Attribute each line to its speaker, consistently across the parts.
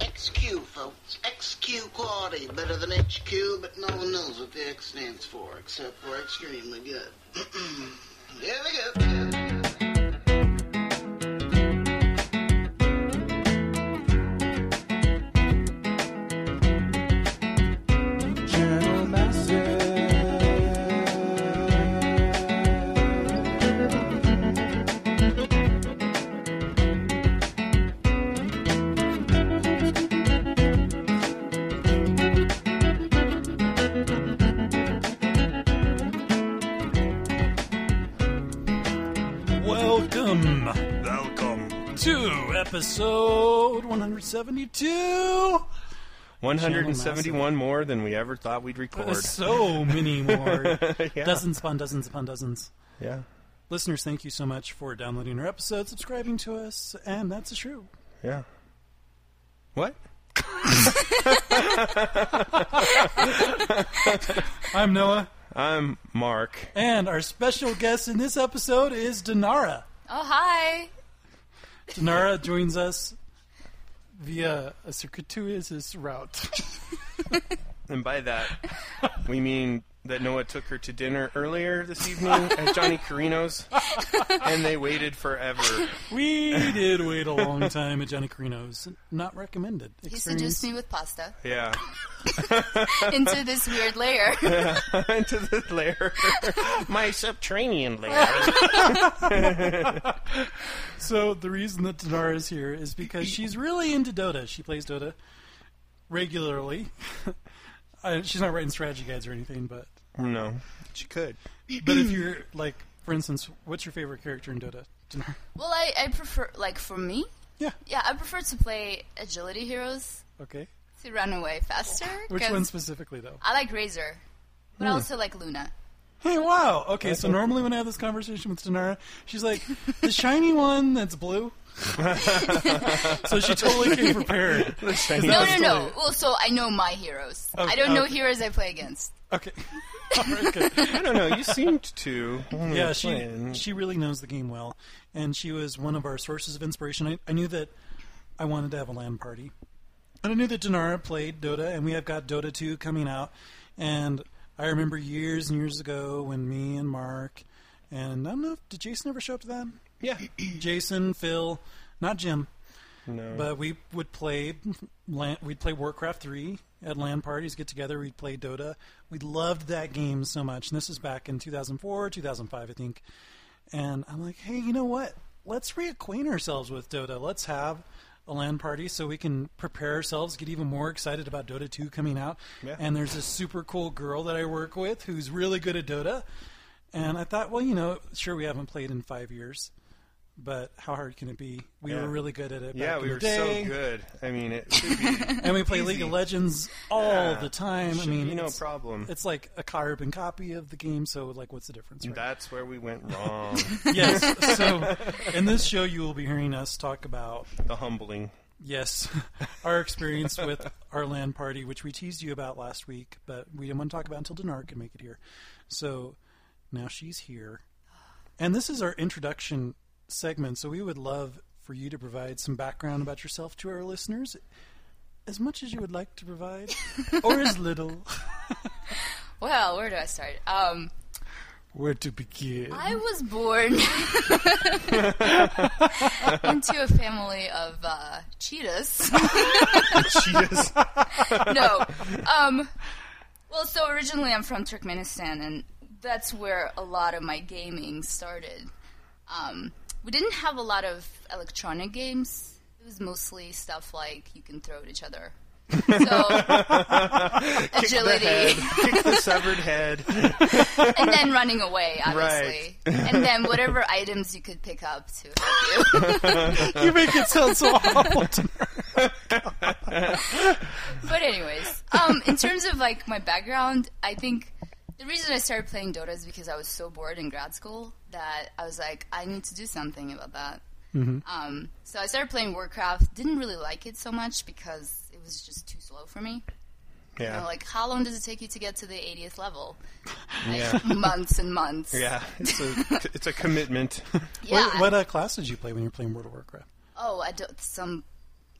Speaker 1: XQ, folks. XQ quality. Better than HQ, but no one knows what the X stands for, except we're extremely good. Here we go.
Speaker 2: Journal Master.
Speaker 3: Welcome, welcome to episode 172.
Speaker 4: 171 more than we ever thought we'd record.
Speaker 3: There's so many more.
Speaker 4: Yeah.
Speaker 3: Dozens upon dozens upon dozens.
Speaker 4: yeah.
Speaker 3: Listeners, thank you so much for downloading our episode, subscribing to us, and that's a shrew.
Speaker 4: Yeah. What?
Speaker 3: I'm Noah,
Speaker 4: I'm Mark.
Speaker 3: and our special guest in this episode is Dinara.
Speaker 5: Oh, hi.
Speaker 3: Dinara joins us via a circuitous route.
Speaker 4: And by that, we mean that Noah took her to dinner earlier this evening at Johnny Carino's, and they waited forever.
Speaker 3: We did wait a long time at Johnny Carino's. Not recommended.
Speaker 5: You
Speaker 3: Experience-
Speaker 5: seduced me with pasta
Speaker 4: Yeah.
Speaker 5: into this weird layer.
Speaker 4: Into the lair. My subterranean lair.
Speaker 3: So the reason that Dinara is here is because she's really into Dota. She plays Dota regularly. uh, she's not writing strategy guides or anything, but
Speaker 4: No. She could.
Speaker 3: but if you're like, for instance, what's your favorite character in Dota, Dinara?
Speaker 5: well, I, I prefer, like, for me,
Speaker 3: Yeah.
Speaker 5: yeah, I prefer to play agility heroes
Speaker 3: Okay.
Speaker 5: to run away faster.
Speaker 3: Which
Speaker 5: 'cause
Speaker 3: one specifically, though?
Speaker 5: I like Razor, but I also like Luna.
Speaker 3: Hey, wow. Okay, so normally when I have this conversation with Dinara, she's like, the shiny one that's blue. so she totally came prepared.
Speaker 5: No,
Speaker 3: That's
Speaker 5: no, no.
Speaker 3: totally-
Speaker 5: Well, so I know my heroes.
Speaker 3: Oh,
Speaker 5: I don't know
Speaker 3: okay.
Speaker 5: heroes I play against.
Speaker 3: Okay. Alright, good.
Speaker 4: I don't know. You seemed to. when we
Speaker 3: yeah,
Speaker 4: were
Speaker 3: she
Speaker 4: playing.
Speaker 3: she really knows the game well, and she was one of our sources of inspiration. I, I knew that I wanted to have a LAN party, and I knew that Dinara played Dota, and we have got Dota two coming out. And I remember years and years ago when me and Mark and I don't know if, did Jason ever show up to that?
Speaker 4: Yeah.
Speaker 3: Jason, Phil, not Jim,
Speaker 4: No.
Speaker 3: but we would play LAN, we'd play Warcraft 3 at LAN parties, get together, we'd play Dota. We loved that game so much. And this is back in 2004, 2005, I think. And I'm like, "Hey, you know what? Let's reacquaint ourselves with Dota. Let's have a LAN party so we can prepare ourselves, get even more excited about Dota 2 coming out."
Speaker 4: Yeah.
Speaker 3: And there's this super cool girl that I work with who's really good at Dota. And I thought, well, you know, sure we haven't played in 5 years. But how hard can it be? We
Speaker 4: Yeah.
Speaker 3: were really good at it.
Speaker 4: yeah,
Speaker 3: back
Speaker 4: we
Speaker 3: in
Speaker 4: were
Speaker 3: the day.
Speaker 4: so good. I mean, it should be.
Speaker 3: And we play League of Legends all
Speaker 4: Yeah.
Speaker 3: the time. I
Speaker 4: Should
Speaker 3: mean,
Speaker 4: be no
Speaker 3: it's,
Speaker 4: problem.
Speaker 3: It's like a carbon copy of the game, so like, what's the difference? Right?
Speaker 4: That's where we went wrong.
Speaker 3: yes. So, in this show, you will be hearing us talk about
Speaker 4: the humbling.
Speaker 3: yes, our experience with our land party, which we teased you about last week, but we didn't want to talk about until Dinar could make it here. So now she's here, and this is our introduction segment. So we would love for you to provide some background about yourself to our listeners. As much as you would like to provide, or as little.
Speaker 5: Well, where do I start? Um,
Speaker 3: Where to begin?
Speaker 5: I was born into a family of uh, cheetahs.
Speaker 4: Cheetahs.
Speaker 5: no. Um, well, so originally I'm from Turkmenistan, and that's where a lot of my gaming started. Um, we didn't have a lot of electronic games. It was mostly stuff like you can throw at each other. So agility,
Speaker 4: Kick the severed head.
Speaker 5: and then running away, obviously, and then whatever items you could pick up to help you.
Speaker 3: you make it sound so awful. To
Speaker 5: But anyways, um, in terms of like my background, I think the reason I started playing Dota is because I was so bored in grad school that I was like, I need to do something about that.
Speaker 4: Mm-hmm.
Speaker 5: Um, so I started playing Warcraft. Didn't really like it so much because it was just too slow for me. You
Speaker 4: Yeah.
Speaker 5: know, like, how long does it take you to get to the 80th level?
Speaker 4: yeah.
Speaker 5: months and months.
Speaker 4: Yeah. It's a, it's a commitment.
Speaker 5: Yeah.
Speaker 3: What, what uh, class did you play when you were playing World of Warcraft?
Speaker 5: Oh, I don't, some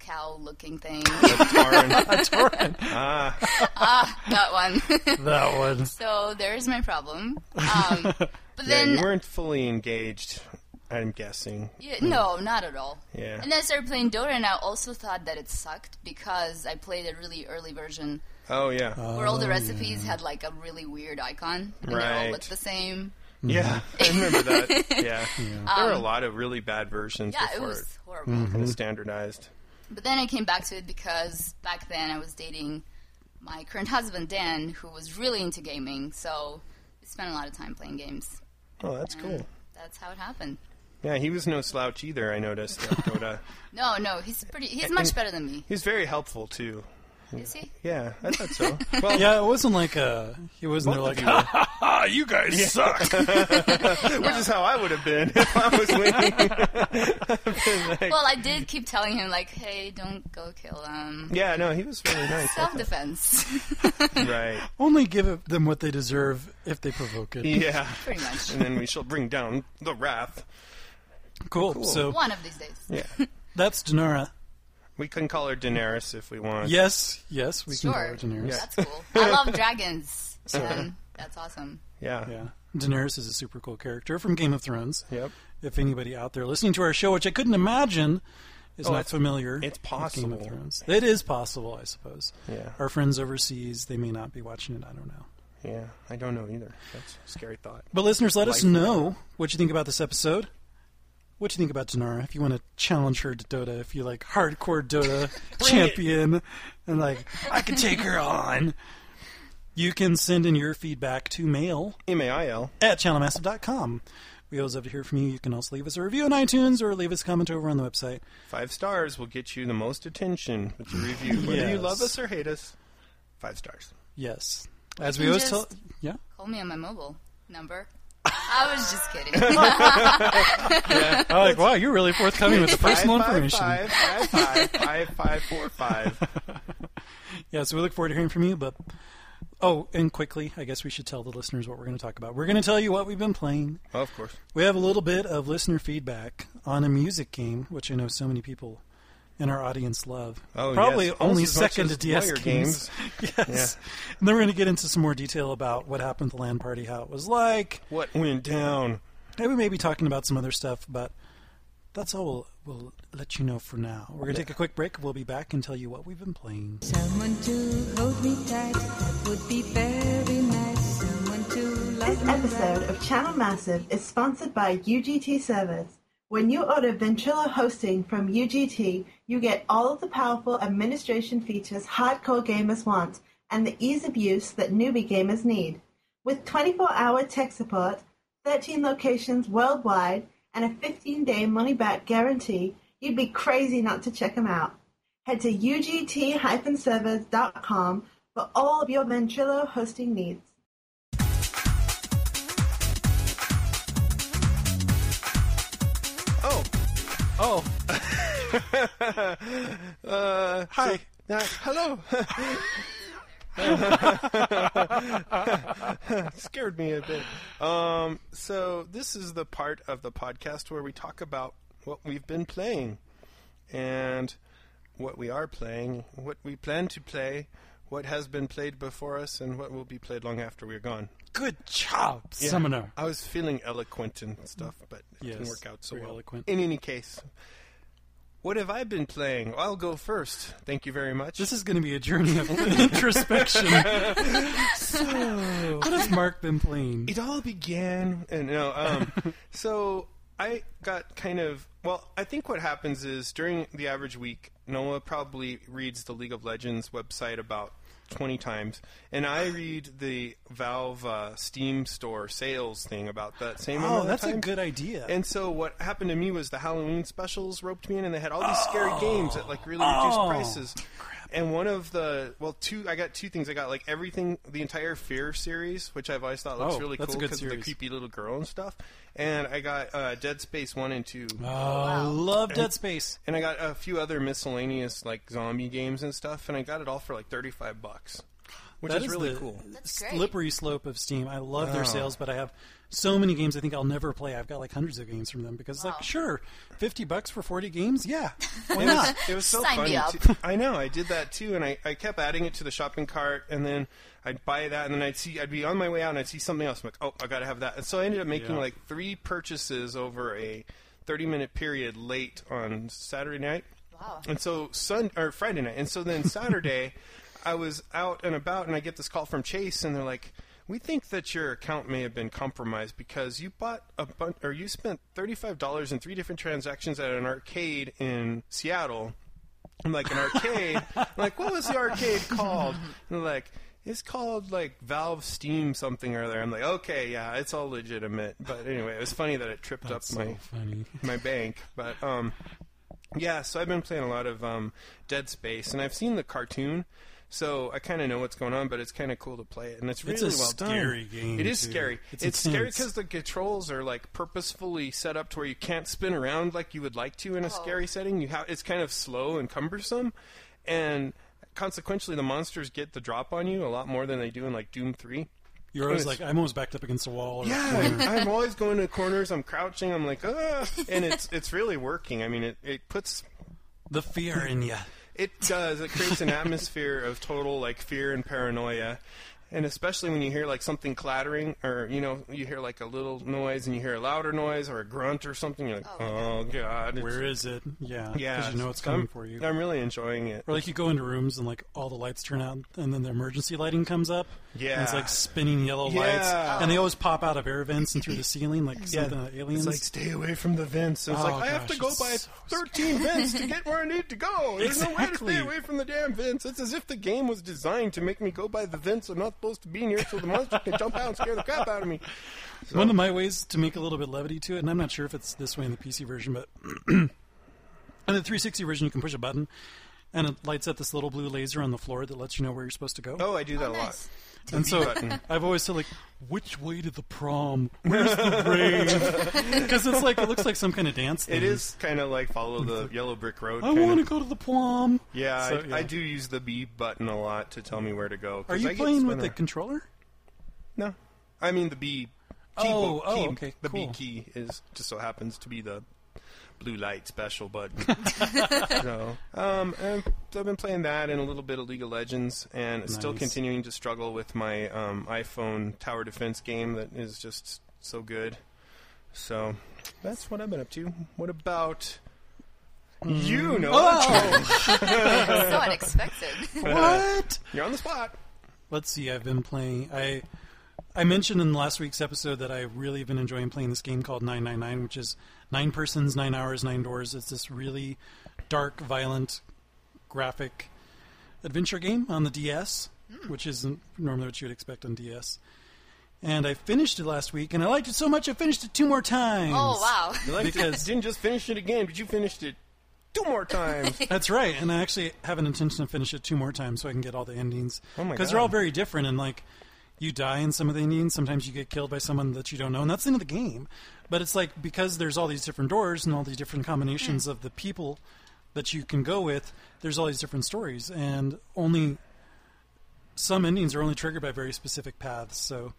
Speaker 5: cow-looking thing.
Speaker 4: Tarn.
Speaker 3: A torrent.
Speaker 5: that one.
Speaker 3: that one.
Speaker 5: so there's my problem. Um, but
Speaker 4: yeah,
Speaker 5: then
Speaker 4: you weren't fully engaged. I'm guessing.
Speaker 5: Yeah, no, not at all.
Speaker 4: Yeah.
Speaker 5: And then I started playing Dota, and I also thought that it sucked because I played a really early version
Speaker 4: Oh yeah.
Speaker 5: where all the recipes had like a really weird icon and they all
Speaker 4: Right.
Speaker 5: looked the same.
Speaker 4: yeah, I remember that. Yeah. There were a lot of really bad versions
Speaker 5: Um, Yeah, it
Speaker 4: before it, Mm-hmm.
Speaker 5: was horrible.
Speaker 4: kind of standardized.
Speaker 5: But then I came back to it because back then I was dating my current husband Dan, who was really into gaming, so we spent a lot of time playing games.
Speaker 4: Oh, that's
Speaker 5: Mm-hmm.
Speaker 4: cool.
Speaker 5: That's how it happened.
Speaker 4: Yeah, he was no slouch either. I noticed at Dota.
Speaker 5: No, no, he's pretty. He's much
Speaker 4: And-
Speaker 5: better than me.
Speaker 4: He was very helpful too.
Speaker 5: Is he?
Speaker 4: Yeah, I thought so. Well,
Speaker 3: Yeah, it wasn't like a. He wasn't
Speaker 4: both
Speaker 3: there
Speaker 4: of you were.
Speaker 3: like, ah, you guys suck.
Speaker 4: which is how I would have been if I was winning.
Speaker 5: Well, I did keep telling him like, "Hey, don't go kill them."
Speaker 4: yeah, no, he was really nice. I
Speaker 5: Self defense,
Speaker 4: thought. Right.
Speaker 3: Only give them what they deserve if they provoke it.
Speaker 4: Yeah.
Speaker 5: pretty much.
Speaker 4: And then we shall bring down the wrath.
Speaker 3: Cool. So
Speaker 5: One of these days.
Speaker 4: Yeah.
Speaker 3: that's Denara.
Speaker 4: We can call her Daenerys if we want.
Speaker 3: Yes, yes, we can call
Speaker 5: Sure.
Speaker 3: her Daenerys.
Speaker 4: Yeah.
Speaker 5: That's cool. I love dragons. man. That's awesome.
Speaker 4: Yeah.
Speaker 3: Yeah. Daenerys is a super cool character from Game of Thrones.
Speaker 4: Yep.
Speaker 3: If anybody out there listening to our show, which I couldn't imagine, is
Speaker 4: Oh,
Speaker 3: not
Speaker 4: it's-
Speaker 3: familiar.
Speaker 4: it's
Speaker 3: with
Speaker 4: possible.
Speaker 3: Game of Thrones. It is possible, I suppose.
Speaker 4: Yeah.
Speaker 3: Our friends overseas, they may not be watching it. I don't know.
Speaker 4: Yeah. I don't know either. That's a scary thought.
Speaker 3: But listeners, let us
Speaker 4: Life.
Speaker 3: know what you think about this episode. What you think about Denara? If you want to challenge her to Dota, if you like hardcore Dota champion, and like I can take her on, you can send in your feedback to mail
Speaker 4: M A I L.
Speaker 3: at channelmassive.com. We always love to hear from you. You can also leave us a review on iTunes or leave us a comment over on the website.
Speaker 4: Five stars will get you the most attention with the review. Whether you
Speaker 3: Yes.
Speaker 4: love us or hate us, five stars.
Speaker 3: Yes, as we
Speaker 5: can
Speaker 3: always tell.
Speaker 5: just-
Speaker 3: Yeah,
Speaker 5: Call me on my mobile number. I was just kidding.
Speaker 3: I like. Wow, you're really forthcoming with the personal
Speaker 4: five,
Speaker 3: information.
Speaker 4: Five, five, five, five, five, four, five.
Speaker 3: Yeah, so we look forward to hearing from you. But oh, and quickly, I guess we should tell the listeners what we're going to talk about. We're going to tell you what we've been playing.
Speaker 4: Well, of course.
Speaker 3: We have a little bit of listener feedback on a music game, which I know so many people in our audience love.
Speaker 4: Oh,
Speaker 3: Probably
Speaker 4: yes. Almost
Speaker 3: only
Speaker 4: as much
Speaker 3: second to
Speaker 4: as
Speaker 3: DS
Speaker 4: lawyer
Speaker 3: games. yes. And then we're going to get into some more detail about what happened at the land party, how it was like.
Speaker 4: What went down?
Speaker 3: And we may be talking about some other stuff, but that's all we'll, we'll let you know for now. We're going to take a quick break. We'll be back and tell you what we've been playing.
Speaker 6: Someone to hold me tight, that would be very nice. Someone to love
Speaker 7: This
Speaker 6: me right.
Speaker 7: episode of Channel Massive is sponsored by UGT Service. When you order Ventrilo hosting from UGT, you get all of the powerful administration features hardcore gamers want and the ease of use that newbie gamers need. With 24 hour tech support, 13 locations worldwide, and a 15 day money back guarantee, you'd be crazy not to check them out. Head to ugt-servers.com for all of your Ventrilo hosting needs.
Speaker 4: Oh,
Speaker 3: Oh,
Speaker 4: uh,
Speaker 3: hi.
Speaker 4: Uh, hello. Scared me a bit. Um, so this is the part of the podcast where we talk about what we've been playing and what we are playing, what we plan to play, what has been played before us, and what will be played long after we're gone.
Speaker 3: Good job, Summoner.
Speaker 4: I was feeling eloquent and stuff, but it
Speaker 3: Yes,
Speaker 4: didn't work out so
Speaker 3: very
Speaker 4: well.
Speaker 3: eloquent.
Speaker 4: In any case, what have I been playing? I'll go first. Thank you very much.
Speaker 3: This is going to be a journey of introspection. so, what has Mark been playing?
Speaker 4: it all began and no um so i got kind of well i think what happens is during the average week noah probably reads the league of legends website about 20 times and i read the valve uh, steam store sales thing about that same amount
Speaker 3: Oh,
Speaker 4: of
Speaker 3: that's a
Speaker 4: times.
Speaker 3: good idea.
Speaker 4: and so what happened to me was the halloween specials roped me in and they had all these scary games at like really reduced
Speaker 3: Oh.
Speaker 4: prices and one of the well, two I got two things. I got like everything, the entire Fear series, which I've always thought looks
Speaker 3: Oh,
Speaker 4: really
Speaker 3: that's a
Speaker 4: cool
Speaker 3: good
Speaker 4: because of the
Speaker 3: series.
Speaker 4: creepy little girl and stuff. And I got uh, Dead Space one and two,
Speaker 3: oh, I love Dead Space.
Speaker 4: and I got a few other miscellaneous like zombie games and stuff. And I got it all for like thirty five bucks. which
Speaker 3: That
Speaker 4: is
Speaker 3: is
Speaker 4: really
Speaker 3: the
Speaker 4: cool.
Speaker 5: That's great.
Speaker 3: slippery slope of Steam. I love their
Speaker 4: Oh.
Speaker 3: sales, but I have so many games I think I'll never play. I've got like hundreds of games from them because,
Speaker 5: Wow.
Speaker 3: like, sure, fifty bucks for forty games, yeah, why
Speaker 4: It was,
Speaker 3: not?
Speaker 4: it was so
Speaker 5: Sign
Speaker 4: funny.
Speaker 5: me up.
Speaker 4: too. I know. I did that too, and I, I kept adding it to the shopping cart, and then I'd buy that, and then I'd see I'd be on my way out, and I'd see something else. I'm like, oh, I gotta have that. And so I ended up making
Speaker 8: Yeah.
Speaker 4: like three purchases over a 30 minute period late on Saturday night.
Speaker 5: Wow.
Speaker 4: And so Sun or Friday night, and so then Saturday, I was out and about, and I get this call from Chase, and they're like. We think that your account may have been compromised because you bought a bunch, or you spent thirty-five dollars in three different transactions at an arcade in Seattle, I'm like an arcade. I'm like, what was the arcade called? And they're like, it's called like Valve Steam something or other. I'm like, okay, yeah, it's all legitimate. But anyway, it was funny that it tripped
Speaker 3: That's
Speaker 4: up my
Speaker 3: so funny.
Speaker 4: my bank. But um, yeah, so I've been playing a lot of um, Dead Space, and I've seen the cartoon. So I kind of know what's going on, but it's kind of cool to play it, and it's really
Speaker 3: It's a
Speaker 4: well done.
Speaker 3: scary game,
Speaker 4: It is
Speaker 3: too.
Speaker 4: scary. It's,
Speaker 3: It's
Speaker 4: scary
Speaker 3: intense.
Speaker 4: because the controls are like purposefully set up to where you can't spin around like you would like to in a scary setting. You have it's kind of slow and cumbersome, and consequentially, the monsters get the drop on you a lot more than they do in like Doom Three.
Speaker 3: You're always
Speaker 4: It's-
Speaker 3: like, I'm always backed up against a wall. Or
Speaker 4: Yeah, I'm- I'm always going to corners. I'm crouching. I'm like, ah, and it's it's really working. I mean, it it puts
Speaker 3: the fear in you.
Speaker 4: it does. It creates an atmosphere of total like fear and paranoia. And especially when you hear like something clattering, or you know, you hear like a little noise, and you hear a louder noise, or a grunt, or something. You're like, oh, god, it's-
Speaker 3: Where is it? Yeah,
Speaker 4: yeah,
Speaker 3: because you know it's
Speaker 4: so I'm-
Speaker 3: coming for you.
Speaker 4: I'm really enjoying it.
Speaker 3: Or like you go into rooms and like all the lights turn out, and then the emergency lighting comes up. and it's
Speaker 4: Yeah.
Speaker 3: like spinning yellow
Speaker 4: Yeah.
Speaker 3: lights, and they always pop out of air vents and through the ceiling like something out of aliens.
Speaker 4: It's like stay away from the vents. It's
Speaker 3: Oh,
Speaker 4: like I have
Speaker 3: gosh,
Speaker 4: to go
Speaker 3: it's
Speaker 4: by
Speaker 3: so
Speaker 4: thirteen vents to get where I need to go. There's
Speaker 3: Exactly.
Speaker 4: no way to stay away from the damn vents. It's as if the game was designed to make me go by the vents I'm not supposed to be near, so the monster can jump out and scare the crap out of me.
Speaker 3: One of my ways to make a little bit levity to it, and I'm not sure if it's this way in the PC version, but in the 360 version, you can push a button, and it lights up this little blue laser on the floor that lets you know where you're supposed to go.
Speaker 4: Oh, I do that a lot.
Speaker 5: nice.
Speaker 3: and so
Speaker 4: button.
Speaker 3: I've always said like, which way to the prom? Where's the rave? Because it's like it looks like some kind of dance. Thing.
Speaker 4: It is kind of like follow the yellow brick road.
Speaker 3: I
Speaker 4: kind
Speaker 3: want to
Speaker 4: of.
Speaker 3: go to the prom.
Speaker 4: Yeah,
Speaker 3: So,
Speaker 4: I, I do use the B button a lot to tell me where to go. 'cause
Speaker 3: Are you
Speaker 4: I get
Speaker 3: playing with
Speaker 4: spun
Speaker 3: the
Speaker 4: around.
Speaker 3: controller?
Speaker 4: No, I mean the B. Key
Speaker 3: Oh,
Speaker 4: bo-
Speaker 3: oh,
Speaker 4: key-
Speaker 3: okay,
Speaker 4: The
Speaker 3: cool.
Speaker 4: B key is just so happens to be the blue light special button. so, um, and I've been playing that and a little bit of League of Legends, and still
Speaker 3: Nice.
Speaker 4: continuing to struggle with my um, iPhone tower defense game that is just so good. So, that's what I've been up to. What about
Speaker 3: Mm.
Speaker 4: you? Know
Speaker 3: Oh!
Speaker 5: so unexpected.
Speaker 3: What?
Speaker 4: you're on the spot.
Speaker 3: Let's see. I've been playing. I I mentioned in last week's episode that I really have been enjoying playing this game called 999, which is nine persons, nine hours, nine doors. It's this really dark, violent, graphic adventure game on the DS,
Speaker 4: Hmm.
Speaker 3: which isn't normally what you would expect on DS. And I finished it last week, and I liked it so much I finished it two more times.
Speaker 5: oh wow.
Speaker 4: You liked it.
Speaker 3: Because-
Speaker 4: didn't just finish it again, but you finished it two more times.
Speaker 3: That's right, and I actually have an intention to finish it two more times so I can get all the endings
Speaker 4: Oh my
Speaker 3: they're
Speaker 4: God.
Speaker 3: all very different. And like, you die in some of the endings. Sometimes you get killed by someone that you don't know, and that's the end of the game. But it's like because there's all these different doors and all these different
Speaker 4: Hmm.
Speaker 3: combinations of the people that you can go with. There's all these different stories, and only some endings are only triggered by very specific paths. So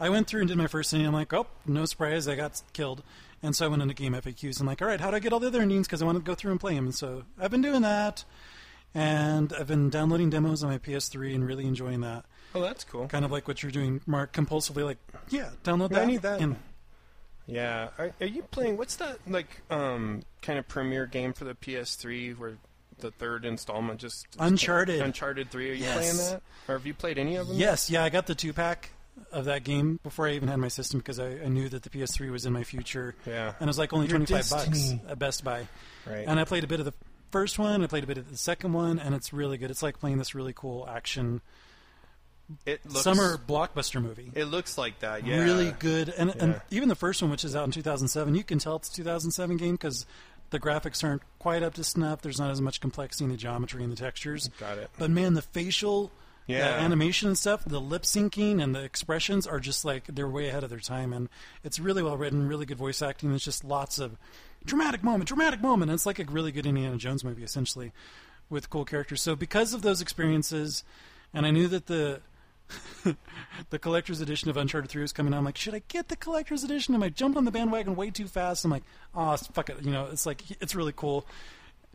Speaker 3: I went through and did my first ending. I'm like, oh, no surprise, I got killed. And so I went into game FAQs and like, all right, how do I get all the other endings? Because I wanted to go through and play them. And so I've been doing that, and I've been downloading demos on my PS3 and really enjoying that.
Speaker 4: Oh, that's cool.
Speaker 3: Kind of like what you're doing, Mark, compulsively. Like, yeah, download
Speaker 4: Yeah, I
Speaker 3: that.
Speaker 4: need that.
Speaker 3: And
Speaker 4: Yeah. Are, are you playing? What's that like? Um, kind of premier game for the PS3 where the third installment just
Speaker 3: Uncharted.
Speaker 4: Uncharted Three. Are you
Speaker 3: Yes.
Speaker 4: playing that? Or have you played any of them?
Speaker 3: yes, yeah, I got the two pack of that game before I even had my system because I, I knew that the PS3 was in my future.
Speaker 4: Yeah.
Speaker 3: And it was like only
Speaker 4: Your
Speaker 3: 25
Speaker 4: destiny.
Speaker 3: bucks at Best Buy.
Speaker 4: Right.
Speaker 3: And I played a bit of the first one, I played a bit of the second one, and it's really good. It's like playing this really cool action
Speaker 4: It looks,
Speaker 3: summer blockbuster movie.
Speaker 4: It looks like that. Yeah.
Speaker 3: Really good. And,
Speaker 4: Yeah.
Speaker 3: and even the first one, which is out in 2007, you can tell it's a 2007 game because the graphics aren't quite up to snuff. There's not as much complexity in the geometry and the textures.
Speaker 4: Got it.
Speaker 3: But man, the facial. the
Speaker 4: Yeah.
Speaker 3: animation and stuff, the lip syncing and the expressions are just like they're way ahead of their time, and it's really well written, really good voice acting. It's just lots of dramatic moment, dramatic moment. And it's like a really good Indiana Jones movie, essentially, with cool characters. So because of those experiences, and I knew that the the collector's edition of Uncharted 3 was coming out. I'm like, should I get the collector's edition? Am I jumping on the bandwagon way too fast? I'm like, oh, fuck it. You know, it's like, it's really cool.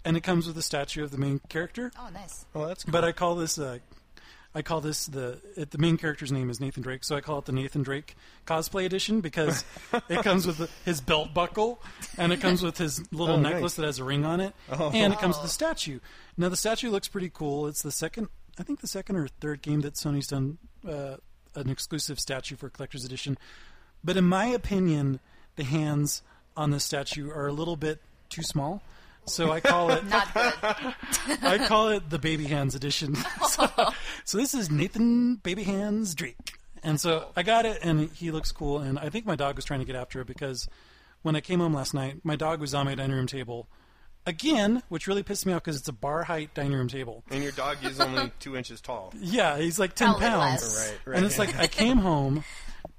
Speaker 3: And it comes with a statue of the main character.
Speaker 5: Oh, nice.
Speaker 4: Well, that's cool.
Speaker 3: But I call this, uh, I call this the, it, the main character's name is Nathan Drake, so I call it the Nathan Drake cosplay edition because it comes with the, his belt buckle and it comes with his little
Speaker 4: Oh, nice. Oh.
Speaker 3: necklace that has a ring on it and it comes with the statue. Now, the statue looks pretty cool. It's the second, I think the second or third game that Sony's done uh, an exclusive statue for Collector's Edition. But in my opinion, the hands on this statue are a little bit too small. So I call it
Speaker 5: Not good. Oh,
Speaker 3: I call it the baby hands edition. so, so this is Nathan Baby Hands Drake. And so I got it, and he looks cool. And I think my dog was trying to get after it because when I came home last night, my dog was on my dining room table again, which really pissed me off because it's a bar height dining room table.
Speaker 4: and your dog is only two inches tall.
Speaker 3: Yeah, he's like ten
Speaker 5: Probably
Speaker 3: pounds.
Speaker 5: less.
Speaker 4: Right, right.
Speaker 3: And it's like I came home,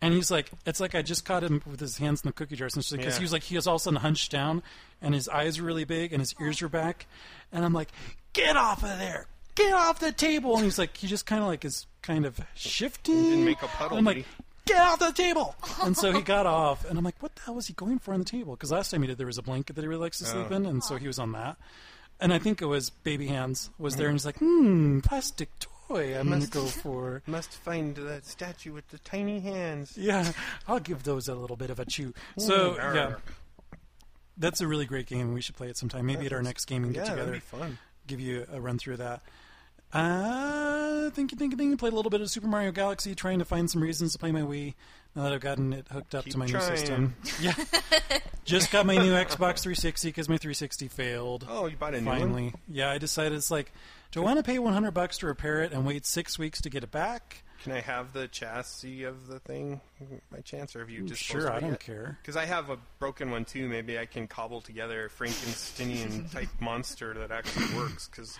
Speaker 3: and he's like, it's like I just caught him with his hands in the cookie jar essentially because
Speaker 4: Yeah.
Speaker 3: he was like he was all of a sudden hunched down, and his eyes were really big, and his ears were back, and I'm like, get off of there, get off the table, and he's like, he just kind of like is kind of shifting.
Speaker 4: didn't make a puddle,
Speaker 3: And I'm
Speaker 4: did
Speaker 3: like.
Speaker 4: he?
Speaker 3: Get off the table! And so he got off, and I'm like, "What the hell was he going for on the table?" Because last time he did, there was a blanket that he really likes to
Speaker 4: Oh.
Speaker 3: sleep in, and so he was on that. And I think it was Baby Hands was
Speaker 4: Mm-hmm.
Speaker 3: there, and he's like, "Hmm, plastic toy. I'm gonna go for."
Speaker 4: Must find that statue with the tiny hands.
Speaker 3: Yeah, I'll give those a little bit of a chew. So
Speaker 4: Arr.
Speaker 3: yeah, that's a really great game. We should play it sometime. Maybe at our next gaming
Speaker 4: Yeah,
Speaker 3: get
Speaker 4: that'd
Speaker 3: together.
Speaker 4: be fun.
Speaker 3: Give you a run through of that. Uh, thinking, thinking, thinking. Played a little bit of Super Mario Galaxy, trying to find some reasons to play my Wii. Now that I've gotten it hooked up
Speaker 4: Keep
Speaker 3: to my new
Speaker 4: trying.
Speaker 3: system, yeah, just got my new Xbox 360 because my 360 failed.
Speaker 4: Oh, you bought a new one?
Speaker 3: finally. Yeah, I decided it's like, do I want to pay 100 bucks to repair it and wait six weeks to get it back?
Speaker 4: Can I have the chassis of the thing by chance, or have you just
Speaker 3: Sure, I don't care.
Speaker 4: Because I have a broken one too. Maybe I can cobble together a Frankensteinian type monster that actually works. Because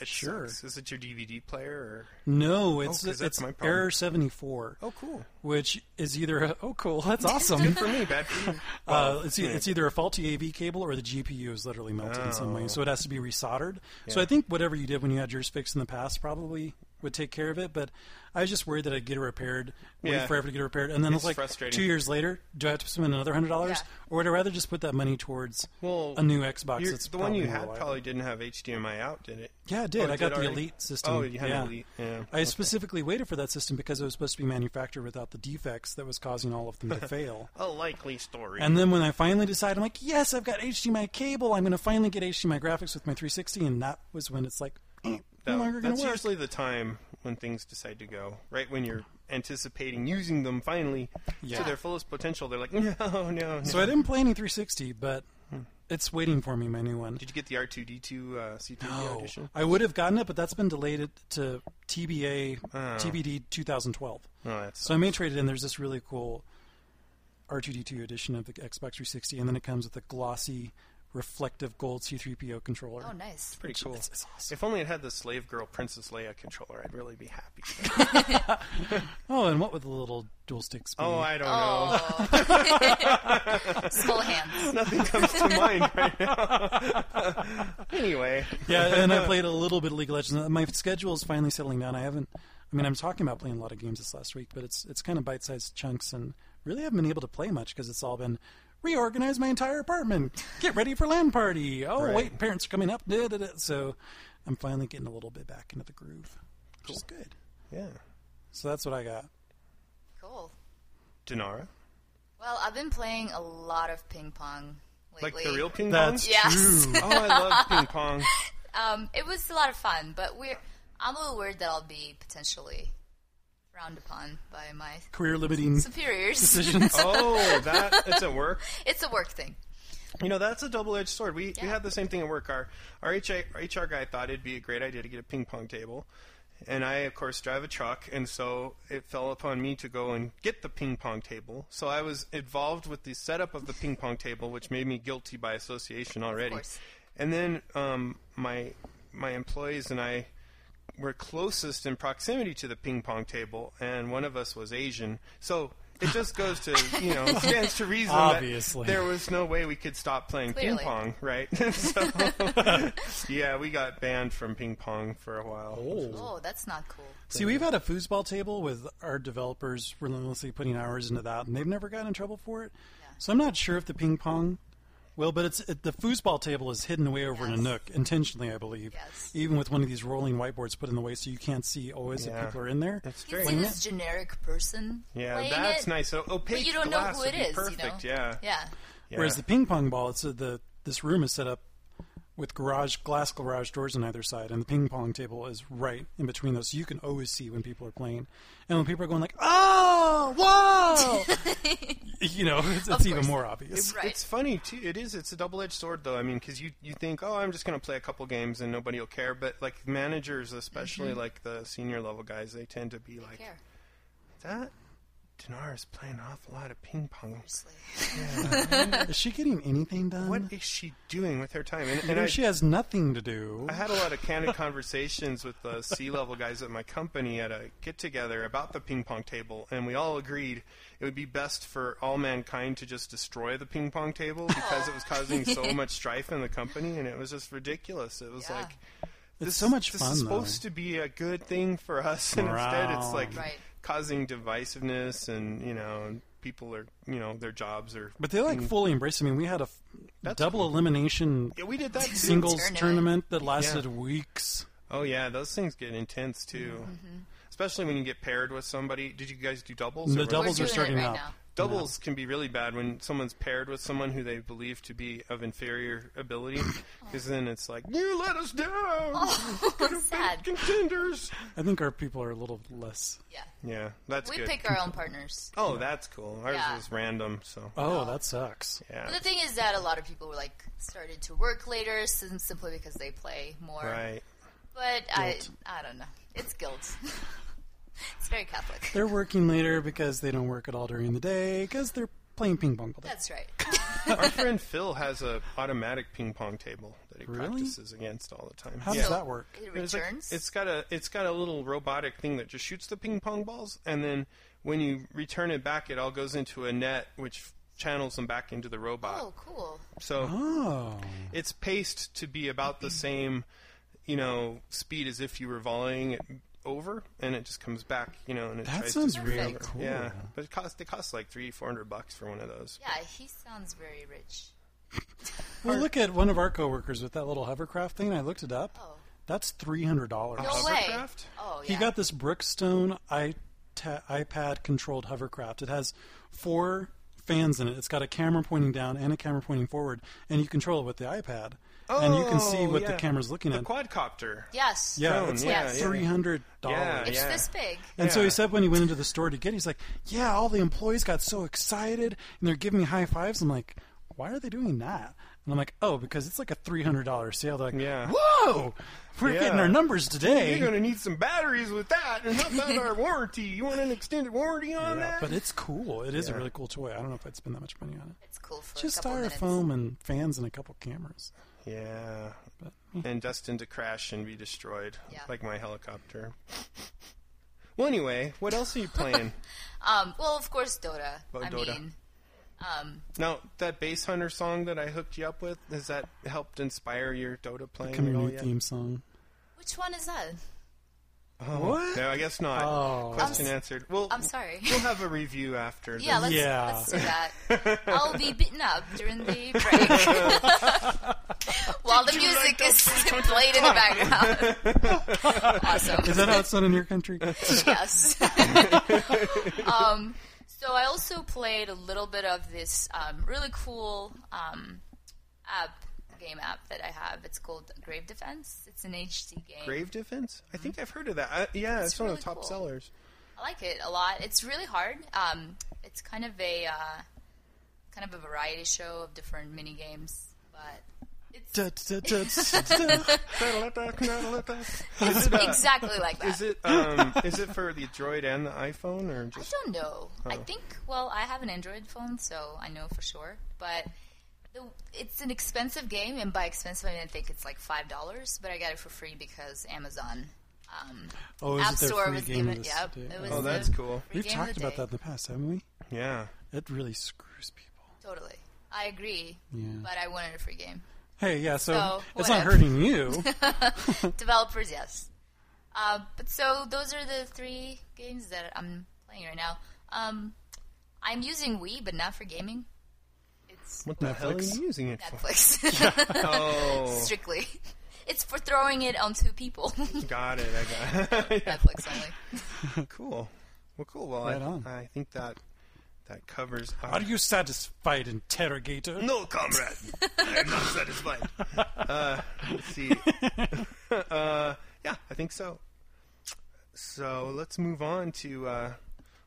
Speaker 4: it
Speaker 3: Sure.
Speaker 4: sucks. Is it your DVD player? Or...
Speaker 3: No, it's
Speaker 4: Oh, 'cause that's
Speaker 3: it's
Speaker 4: my problem.
Speaker 3: error 74,
Speaker 4: Oh, cool.
Speaker 3: which is either a, oh cool, that's awesome.
Speaker 4: For me, bad for you.
Speaker 3: Uh, it's, e- it's either a faulty AV cable or the GPU is literally melted in
Speaker 4: Oh.
Speaker 3: some way, so it has to be resoldered. So I think whatever you did when you had yours fixed in the past probably would take care of it. But I was just worried that I'd get it repaired, wait
Speaker 4: Yeah.
Speaker 3: forever to get it repaired, and then it's,
Speaker 4: It's
Speaker 3: like
Speaker 4: frustrating.
Speaker 3: two years later, do I have to spend another hundred dollars,
Speaker 5: Yeah.
Speaker 3: or would I rather just put that money towards
Speaker 4: Well,
Speaker 3: a new Xbox?
Speaker 4: Your-
Speaker 3: that's
Speaker 4: the one you
Speaker 3: probably more
Speaker 4: had
Speaker 3: reliable?
Speaker 4: probably didn't have HDMI out, did it?
Speaker 3: Yeah, it did.
Speaker 4: Oh,
Speaker 3: I got the
Speaker 4: already?
Speaker 3: Elite system.
Speaker 4: Oh, you had
Speaker 3: yeah.
Speaker 4: an Elite. Yeah.
Speaker 3: I specifically waited for that system because it was supposed to be manufactured without the defects that was causing all of them to fail.
Speaker 4: A likely story.
Speaker 3: And then when I finally decided, I'm like, yes, I've got HDMI cable. I'm going to finally get HDMI graphics with my 360, and that was when it's like, eh, no
Speaker 4: That-
Speaker 3: longer going
Speaker 4: that's
Speaker 3: to work.
Speaker 4: usually the time when things decide to go right when you're anticipating using them finally
Speaker 3: Yeah.
Speaker 4: to their fullest potential. They're like, no, no. no.
Speaker 3: So I didn't play any 360, but it's waiting for me, my new one.
Speaker 4: Did you get the R2D2 uh, C3D
Speaker 3: Oh,
Speaker 4: audition?
Speaker 3: I would have gotten it, but that's been delayed to TBA TBD 2012.
Speaker 4: No, Oh. that's
Speaker 3: So I may trade it in. There's this really cool R2D2 edition of the Xbox 360, and then it comes with a glossy, reflective gold C3PO controller.
Speaker 5: Oh, nice.
Speaker 4: pretty cool.
Speaker 3: It's, it's awesome.
Speaker 4: If only it had the slave girl Princess Leia controller, I'd really be happy.
Speaker 3: Oh, and what would the little dual sticks be?
Speaker 4: oh, I don't
Speaker 5: Oh. Small hands.
Speaker 4: know. Nothing comes to mind right now. anyway,
Speaker 3: yeah, and I played a little bit of League of Legends. My schedule is finally settling down. I haven't. I mean, I'm talking about playing a lot of games this last week, but it's it's kind of bite-sized chunks, and really haven't been able to play much because it's all been reorganize my entire apartment, get ready for land party. Oh
Speaker 4: Right.
Speaker 3: wait, parents are coming up. Da, da, da. So I'm finally getting a little bit back into the groove, which is good.
Speaker 4: yeah.
Speaker 3: So that's what I got.
Speaker 5: Cool.
Speaker 4: Dinara,
Speaker 5: Well, I've been playing a lot of ping pong
Speaker 4: like
Speaker 5: lately.
Speaker 4: the real ping pong.
Speaker 3: That's
Speaker 5: Yes.
Speaker 3: true.
Speaker 4: Oh, I love ping pong.
Speaker 5: Um, it was a lot of fun, but we're I'm a little worried that I'll be potentially frowned upon by my
Speaker 3: Career limiting
Speaker 5: superiors.
Speaker 3: decisions.
Speaker 4: Oh, that it's at work.
Speaker 5: it's a work thing.
Speaker 4: You know, that's a double edged sword. We, we
Speaker 5: Yeah.
Speaker 4: had the same thing at work. Our, our, HR, our HR guy thought it'd be a great idea to get a ping pong table. And I, of course, drive a truck, and so it fell upon me to go and get the ping pong table. So I was involved with the setup of the ping pong table, which made me guilty by association already.
Speaker 5: course.
Speaker 4: And then um, my my employees and I were closest in proximity to the ping pong table, and one of us was Asian. So it just goes to you know it stands to reason
Speaker 3: Obviously.
Speaker 4: that there was no way we could stop playing
Speaker 5: Clearly.
Speaker 4: ping pong, right? so yeah, we got banned from ping pong for a while.
Speaker 5: Oh, that's not cool.
Speaker 3: See, we've had a foosball table with our developers relentlessly putting hours into that, and they've never gotten in trouble for it. So I'm not sure if the ping pong will, but it's it, the foosball table is hidden away over in a
Speaker 5: Yes.
Speaker 3: nook intentionally, I believe.
Speaker 5: Yes.
Speaker 3: Even with one of these rolling whiteboards put in the way, so you can't see always if
Speaker 4: Yeah.
Speaker 3: people are in there.
Speaker 4: That's
Speaker 5: You can
Speaker 4: great.
Speaker 5: see this generic person.
Speaker 4: Yeah,
Speaker 5: playing
Speaker 4: that's
Speaker 5: it,
Speaker 4: nice. So opaque
Speaker 5: But you don't know
Speaker 4: glass
Speaker 5: who
Speaker 4: would
Speaker 5: it
Speaker 4: be
Speaker 5: is.
Speaker 4: Perfect.
Speaker 5: You know?
Speaker 4: Yeah.
Speaker 5: Yeah.
Speaker 4: yeah.
Speaker 3: Whereas the ping pong ball, it's uh, the this room is set up with garage glass garage doors on either side, and the ping pong table is right in between those, so you can always see when people are playing. And when people are going like, "Oh, whoa," you know, it's, it's even
Speaker 5: course.
Speaker 3: more obvious.
Speaker 5: Right.
Speaker 4: It's funny too. It is. It's a double-edged sword, though. I mean, because you you think, oh, I'm just going to play a couple games and nobody will care. But like managers, especially like the senior level guys, they tend to be like
Speaker 5: Mm-hmm. Care.
Speaker 4: that. Dinar is playing an awful lot of ping pong.
Speaker 3: Is she getting anything done?
Speaker 4: What is she doing with her time? And,
Speaker 3: You
Speaker 4: and
Speaker 3: know,
Speaker 4: I,
Speaker 3: she has nothing to do.
Speaker 4: I had a lot of candid conversations with the C level guys at my company at a get together about the ping pong table, and we all agreed it would be best for all mankind to just destroy the ping pong table because it was causing so much strife in the company, and it was just ridiculous. It was
Speaker 5: Yeah.
Speaker 4: like this,
Speaker 3: so much
Speaker 4: this
Speaker 3: fun,
Speaker 4: is
Speaker 3: though.
Speaker 4: supposed to be a good thing for us, and instead it's
Speaker 3: Wow.
Speaker 4: like
Speaker 5: Right.
Speaker 4: causing divisiveness, and you know, and people are you know their jobs are.
Speaker 3: but they like fully embrace. I mean, we had a f- double elimination
Speaker 4: yeah, we did that too.
Speaker 3: singles
Speaker 5: Tournament.
Speaker 3: tournament. that lasted weeks.
Speaker 4: Oh yeah, those things get intense too.
Speaker 5: Mm-hmm.
Speaker 4: Especially when you get paired with somebody. Did you guys do doubles?
Speaker 3: The
Speaker 4: or what-
Speaker 5: We're
Speaker 3: doubles
Speaker 5: doing
Speaker 3: are starting
Speaker 5: it right
Speaker 3: up.
Speaker 5: now.
Speaker 4: doubles can be really bad when someone's paired with someone who they believe to be of inferior ability, because then it's like you let us down,
Speaker 5: Oh, sad.
Speaker 4: contenders.
Speaker 3: I think our people are a little less.
Speaker 5: Yeah.
Speaker 4: Yeah, that's
Speaker 5: We
Speaker 4: good.
Speaker 5: pick our own partners.
Speaker 4: oh, that's cool. Ours
Speaker 5: Yeah.
Speaker 4: was random, so
Speaker 3: Oh, that sucks.
Speaker 4: yeah,
Speaker 5: But the thing is that a lot of people were like started to work later sim- simply because they play more.
Speaker 4: right.
Speaker 5: But I,
Speaker 3: Guilt.
Speaker 5: I don't know. It's guilt. it's very Catholic.
Speaker 3: They're working later because they don't work at all during the day because they're playing ping pong all day.
Speaker 5: That's right.
Speaker 4: Our friend Phil has a automatic ping pong table that he
Speaker 3: Really?
Speaker 4: practices against all the time.
Speaker 3: How
Speaker 4: yeah.
Speaker 3: does that work?
Speaker 5: It
Speaker 4: It's like-
Speaker 5: returns.
Speaker 4: it's got a it's got a little robotic thing that just shoots the ping pong balls, and then when you return it back, it all goes into a net, which channels them back into the robot.
Speaker 5: oh, cool.
Speaker 4: So
Speaker 3: Oh,
Speaker 4: it's paced to be about the same, you know, speed as if you were volleying it over, and it just comes back, you know, and it
Speaker 3: that
Speaker 4: tries
Speaker 3: sounds
Speaker 4: to
Speaker 3: really
Speaker 5: Perfect.
Speaker 3: cool.
Speaker 4: yeah. But it costs it costs like three four hundred bucks for one of those.
Speaker 5: Yeah, he sounds very rich.
Speaker 3: Well, look at one of our coworkers with that little hovercraft thing. I looked it up.
Speaker 5: Oh.
Speaker 3: That's three hundred dollars.
Speaker 5: No way.
Speaker 4: Hovercraft?
Speaker 5: Oh, yeah.
Speaker 3: He got this Brookstone i ta- iPad controlled hovercraft. It has four fans in it. It's got a camera pointing down and a camera pointing forward, and you control it with the iPad, and you can see what the
Speaker 4: Oh, yeah.
Speaker 3: camera's looking
Speaker 4: the
Speaker 3: at.
Speaker 4: quadcopter.
Speaker 5: Yes.
Speaker 3: yeah,
Speaker 4: phone,
Speaker 3: it's
Speaker 4: yeah,
Speaker 5: Yes.
Speaker 4: yeah.
Speaker 3: three hundred dollars.
Speaker 5: It's
Speaker 4: Yeah.
Speaker 5: this big.
Speaker 3: And so
Speaker 4: Yeah.
Speaker 3: he said when he went into the store to get, it, he's like, "Yeah, all the employees got so excited and they're giving me high fives." I'm like, "Why are they doing that?" And I'm like, "Oh, because it's like a three hundred dollar sale." They're like,
Speaker 4: Yeah.
Speaker 3: "Whoa, we're
Speaker 4: Yeah.
Speaker 3: getting our numbers today."
Speaker 4: You're going to need some batteries with that, and how about our warranty? You want an extended warranty on
Speaker 3: Yeah,
Speaker 4: that?
Speaker 3: but it's cool. It is a really cool toy. I don't know if I'd spend that much money on it.
Speaker 5: It's cool for a
Speaker 3: Just
Speaker 5: couple minutes.
Speaker 3: styrofoam and fans and a couple cameras.
Speaker 4: yeah,
Speaker 3: But
Speaker 4: and destined to crash and be destroyed,
Speaker 5: Yeah.
Speaker 4: like my helicopter. well, anyway, what else are you playing?
Speaker 5: Um, well, of course, Dota.
Speaker 4: Oh,
Speaker 5: I
Speaker 4: Dota.
Speaker 5: mean, um,
Speaker 4: now, that Bass Hunter song that I hooked you up with has that helped inspire your Dota playing
Speaker 3: come
Speaker 4: at
Speaker 3: your
Speaker 4: all
Speaker 3: new
Speaker 4: yet?
Speaker 3: theme song.
Speaker 5: which one is that?
Speaker 4: Oh,
Speaker 3: What?
Speaker 4: No, I guess not.
Speaker 3: Oh.
Speaker 4: Question
Speaker 5: I'm s-
Speaker 4: answered. Well,
Speaker 5: I'm sorry.
Speaker 4: We'll have a review after.
Speaker 5: Yeah, let's,
Speaker 3: Yeah.
Speaker 5: let's do that. I'll be beaten up during the break while the music is played in the background. awesome.
Speaker 3: Is that how it's done in your country? Oh,
Speaker 5: Yes. um, so I also played a little bit of this um, really cool um, app, game app that I have. It's called Grave Defense. It's an HD game.
Speaker 4: Grave Defense? I think I've heard of that. I, yeah, it's, one of
Speaker 5: Mm-hmm. really
Speaker 4: the top
Speaker 5: cool.
Speaker 4: sellers.
Speaker 5: I like it a lot. It's really hard. Um, it's kind of a uh, kind of a variety show of different mini games, but it's
Speaker 3: Da, da, da, da, da.
Speaker 4: Is it, uh,
Speaker 5: exactly like that.
Speaker 4: Is it um, is it for the Droid and the iPhone or
Speaker 5: I
Speaker 4: just
Speaker 5: don't know. I
Speaker 3: Oh.
Speaker 5: think well, I have an Android phone, so I know for sure. But the, it's an expensive game, and by expensive, I mean I think it's like five dollars. But I got it for free because Amazon um,
Speaker 3: Oh, is
Speaker 5: App
Speaker 3: it their
Speaker 5: Store
Speaker 3: free
Speaker 5: was
Speaker 3: game
Speaker 5: the
Speaker 3: of this
Speaker 5: yep,
Speaker 3: day?
Speaker 5: it was
Speaker 4: Oh,
Speaker 5: the
Speaker 4: that's cool.
Speaker 5: free
Speaker 3: We've
Speaker 5: game of
Speaker 3: talked
Speaker 5: the
Speaker 3: about
Speaker 5: day.
Speaker 3: that in the past, haven't we?
Speaker 4: Yeah.
Speaker 3: It really screws people.
Speaker 5: Totally. I agree.
Speaker 3: Yeah.
Speaker 5: But I wanted a free game.
Speaker 3: Hey, yeah, so,
Speaker 5: So,
Speaker 3: it's not
Speaker 5: whatever.
Speaker 3: hurting you.
Speaker 5: Developers, yes. Uh, but so those are the three games that I'm playing right now. Um, I'm using Wii, but not for gaming. It's
Speaker 4: What the hell are
Speaker 3: Netflix.
Speaker 4: you using it for?
Speaker 5: Netflix,
Speaker 4: Oh,
Speaker 5: strictly. It's for throwing it on two people.
Speaker 4: got it. I got it.
Speaker 5: Netflix only.
Speaker 4: Cool. Well, cool. Well,
Speaker 3: Right
Speaker 4: I,
Speaker 3: on.
Speaker 4: I think that that covers. our-
Speaker 3: Are you satisfied, interrogator?
Speaker 4: No, comrade. I am not satisfied. Uh, let's see. uh, yeah, I think so. So let's move on to uh,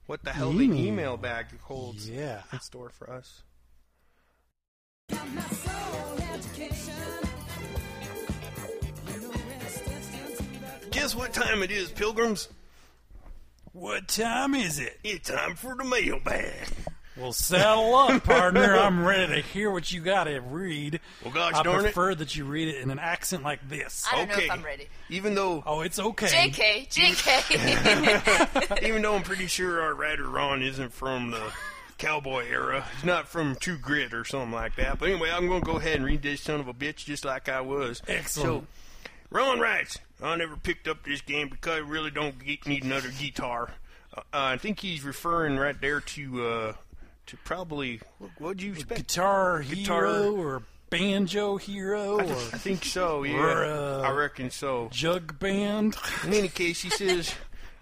Speaker 4: what the hell the
Speaker 3: Email.
Speaker 4: email bag holds
Speaker 3: Yeah.
Speaker 4: in store for us. Guess what time it is, pilgrims?
Speaker 3: What time is it?
Speaker 4: It's time for the mailbag.
Speaker 3: Well, saddle up, partner. I'm ready to hear what you got to read.
Speaker 4: Well, gosh
Speaker 3: I
Speaker 4: darn it.
Speaker 3: prefer that you read it in an accent like this.
Speaker 5: I don't know
Speaker 4: Okay.
Speaker 5: if I'm ready.
Speaker 4: Even though
Speaker 3: Oh, it's okay.
Speaker 5: JK, JK.
Speaker 4: Even though I'm pretty sure our writer Ron isn't from the cowboy era, he's not from True Grit or something like that. But anyway, I'm going to go ahead and read this son of a bitch just like I was.
Speaker 3: Excellent.
Speaker 4: So, Ron writes, I never picked up this game because I really don't ge- need another guitar. Uh, I think he's referring right there to uh, to probably what would you expect?
Speaker 3: Guitar
Speaker 4: Guitar.
Speaker 3: hero or banjo hero
Speaker 4: I,
Speaker 3: or
Speaker 4: th- I think so. Yeah,
Speaker 3: Or, uh,
Speaker 4: I reckon so.
Speaker 3: jug band.
Speaker 4: In any case, he says,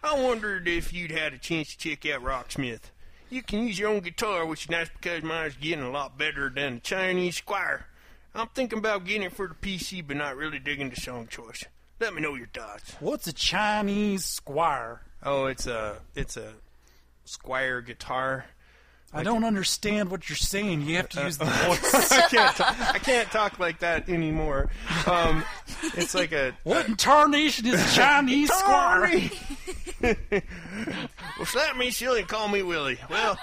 Speaker 4: I wondered if you'd had a chance to check out Rocksmith. You can use your own guitar, which is nice because mine's getting a lot better than the Chinese Squire. I'm thinking about getting it for the PC, but not really digging the song choice. Let me know your thoughts.
Speaker 3: What's a Chinese squire?
Speaker 4: Oh, it's a it's a Squire guitar.
Speaker 3: I don't understand what you're saying. You have to use the voice.
Speaker 4: I can't ta- I can't talk like that anymore. Um, it's like a
Speaker 3: what in tarnation is a Chinese squire?
Speaker 4: well, slap me silly and call me Willie. Well,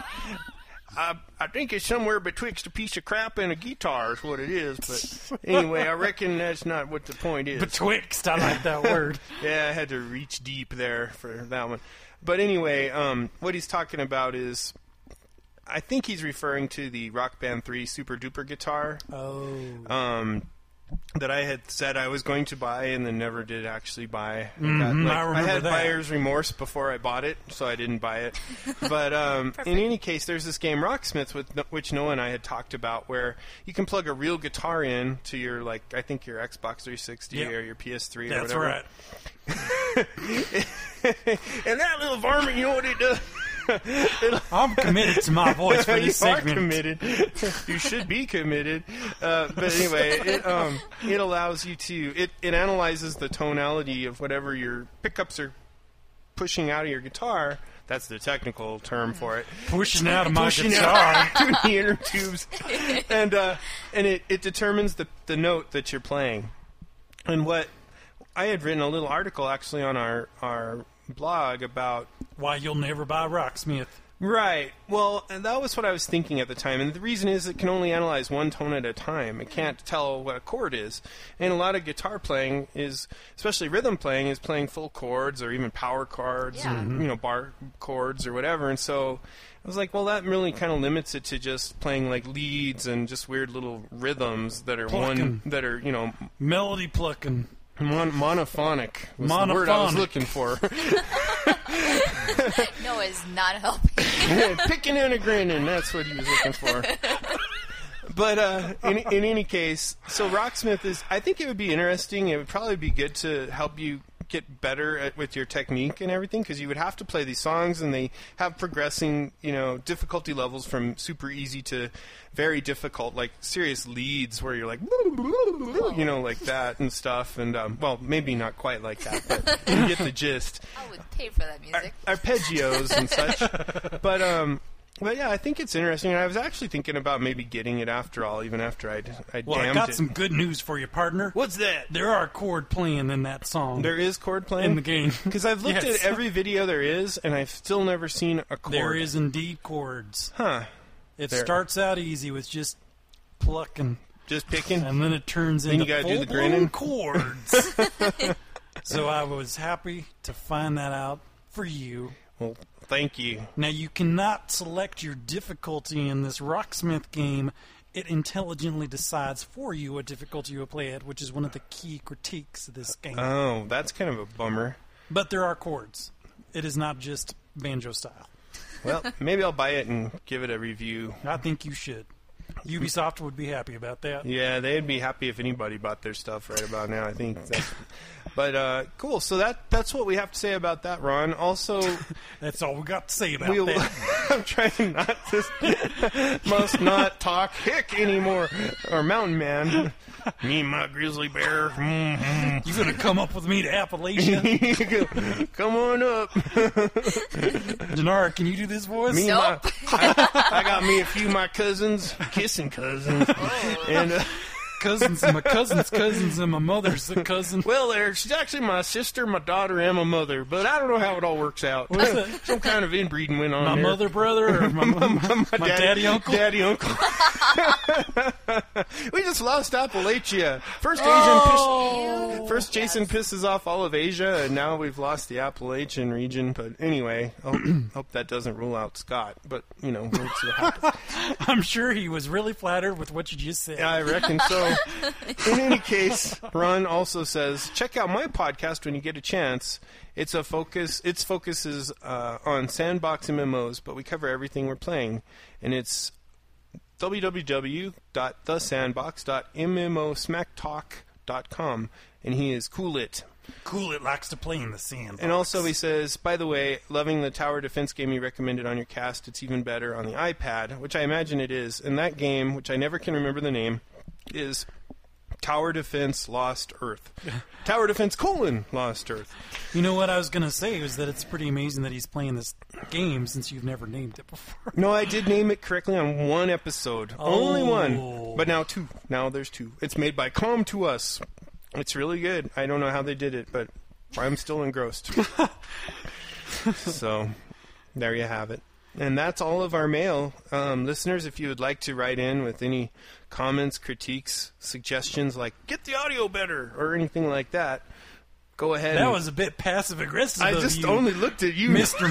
Speaker 4: I I think it's somewhere betwixt a piece of crap and a guitar is what it is. But anyway, I reckon that's not what the point is.
Speaker 3: Betwixt. I like that word.
Speaker 4: yeah, I had to reach deep there for that one. But anyway, um, what he's talking about is. I think he's referring to the Rock Band 3 Super Duper guitar
Speaker 3: Oh.
Speaker 4: um, that I had said I was going to buy and then never did actually buy. I, got,
Speaker 3: Mhm,
Speaker 4: like,
Speaker 3: I
Speaker 4: I,
Speaker 3: remember
Speaker 4: had
Speaker 3: that.
Speaker 4: buyer's remorse before I bought it, so I didn't buy it. But um, in any case, there's this game Rocksmith, with no, which Noah and I had talked about, where you can plug a real guitar in to your like I think your Xbox 360
Speaker 3: Yep.
Speaker 4: or your PS3 or
Speaker 3: That's
Speaker 4: whatever.
Speaker 3: right.
Speaker 4: And that little varmint, you know what it does.
Speaker 3: I'm committed to my voice for
Speaker 4: you
Speaker 3: this
Speaker 4: are
Speaker 3: segment.
Speaker 4: committed. you should be committed. Uh, but anyway, it um, it allows you to it, it analyzes the tonality of whatever your pickups are pushing out of your guitar. That's the technical term for it.
Speaker 3: Pushing out of my
Speaker 4: pushing
Speaker 3: guitar.
Speaker 4: out through the inner tubes, and uh, and it, it determines the the note that you're playing. And what I had written a little article actually on our our blog about
Speaker 3: Why you'll never buy Rocksmith.
Speaker 4: Right. Well, and that was what I was thinking at the time, and the reason is it can only analyze one tone at a time. It can't tell what a chord is, and a lot of guitar playing is, especially rhythm playing, is playing full chords or even power chords
Speaker 5: Yeah.
Speaker 4: and you know bar chords or whatever. And so I was like, well, that really kind of limits it to just playing like leads and just weird little rhythms that are one
Speaker 3: Plucking.
Speaker 4: that are you know
Speaker 3: Melody plucking.
Speaker 4: mon- monophonic. Was the word I was
Speaker 3: Monophonic.
Speaker 4: looking for.
Speaker 5: no, it's not helping.
Speaker 4: Yeah, picking and a grinning. That's what he was looking for. But uh, in, in any case, so Rocksmith is. I think it would be interesting. It would probably be good to help you get better at, with your technique and everything because you would have to play these songs and they have progressing, you know, difficulty levels from super easy to very difficult, like serious leads where you're like, you know, like that and stuff. And um, well, maybe not quite like that, but you get the gist
Speaker 5: I would pay for that music.
Speaker 4: arpeggios and such. But um, but yeah, I think it's interesting. I was actually thinking about maybe getting it after all, even after I'd, I
Speaker 3: Well,
Speaker 4: damned
Speaker 3: I got
Speaker 4: it.
Speaker 3: some good news for you, partner.
Speaker 4: What's that?
Speaker 3: There are chord playing in that song.
Speaker 4: There is chord playing
Speaker 3: In the game.
Speaker 4: because I've looked
Speaker 3: Yes.
Speaker 4: at every video there is, and I've still never seen a chord.
Speaker 3: There is indeed chords.
Speaker 4: huh?
Speaker 3: It
Speaker 4: There.
Speaker 3: starts out easy with just plucking,
Speaker 4: Just picking.
Speaker 3: and then it turns
Speaker 4: you
Speaker 3: into
Speaker 4: gotta do the
Speaker 3: full-blown
Speaker 4: grinning.
Speaker 3: chords. so I was happy to find that out for you.
Speaker 4: Well, thank you.
Speaker 3: Now you cannot select your difficulty in this Rocksmith game. It intelligently decides for you what difficulty you will play at, which is one of the key critiques of this game.
Speaker 4: Oh, that's kind of a bummer.
Speaker 3: but there are chords. It is not just banjo style.
Speaker 4: Well, maybe I'll buy it and give it a review.
Speaker 3: I think you should. Ubisoft would be happy about that.
Speaker 4: Yeah, they'd be happy if anybody bought their stuff right about now. I think. That's, but uh, cool. So that that's what we have to say about that, Ron. Also,
Speaker 3: That's all we got to say about
Speaker 4: we.
Speaker 3: that.
Speaker 4: I'm trying not to. must not talk hick anymore or mountain man. Me, and my grizzly bear. Mhm.
Speaker 3: You gonna come up with me to Appalachia?
Speaker 4: Mm. Come on up.
Speaker 3: Dinara, can you do this voice?
Speaker 4: Me, and my, I, I got me a few of my cousins, kissing cousins, and. Uh,
Speaker 3: cousins and my cousin's cousins and my mother's cousin.
Speaker 4: Well, there, she's actually my sister, my daughter, and my mother, but I don't know how it all works out.
Speaker 3: What's that?
Speaker 4: Some kind of inbreeding went on.
Speaker 3: My
Speaker 4: there.
Speaker 3: mother brother or my, my, my daddy uncle?
Speaker 4: Daddy uncle. we just lost Appalachia. First Asian
Speaker 3: Oh.
Speaker 4: piss, first Jason pisses off all of Asia, and now we've lost the Appalachian region. But anyway, hope, hope that doesn't rule out Scott. But you know, we'll see what happens.
Speaker 3: I'm sure he was really flattered with what you just said.
Speaker 4: I reckon so. In any case, Ron also says, check out my podcast when you get a chance. It's a focus. Its focus is uh, on sandbox MMOs, but we cover everything we're playing, and it's www.thesandbox.mmosmacktalk.com, and he is cool it.
Speaker 3: cool, it likes to play in the sand.
Speaker 4: And also, he says, by the way, loving the tower defense game you recommended on your cast. It's even better on the iPad, which I imagine it is. And that game, which I never can remember the name, is Tower Defense Lost Earth. tower Defense colon Lost Earth.
Speaker 3: You know what I was gonna say was that it's pretty amazing that he's playing this game since you've never named it before.
Speaker 4: No, I did name it correctly on one episode. Only
Speaker 3: Oh.
Speaker 4: one. But now two. Now there's two. It's made by Calm to Us. It's really good. I don't know how they did it, but I'm still engrossed. so there you have it. And that's all of our mail. Um, listeners, if you would like to write in with any comments, critiques, suggestions like get the audio better or anything like that, go ahead.
Speaker 3: That
Speaker 4: and-
Speaker 3: was a bit passive aggressive.
Speaker 4: I
Speaker 3: of
Speaker 4: just
Speaker 3: you,
Speaker 4: only looked at you.
Speaker 3: Mr.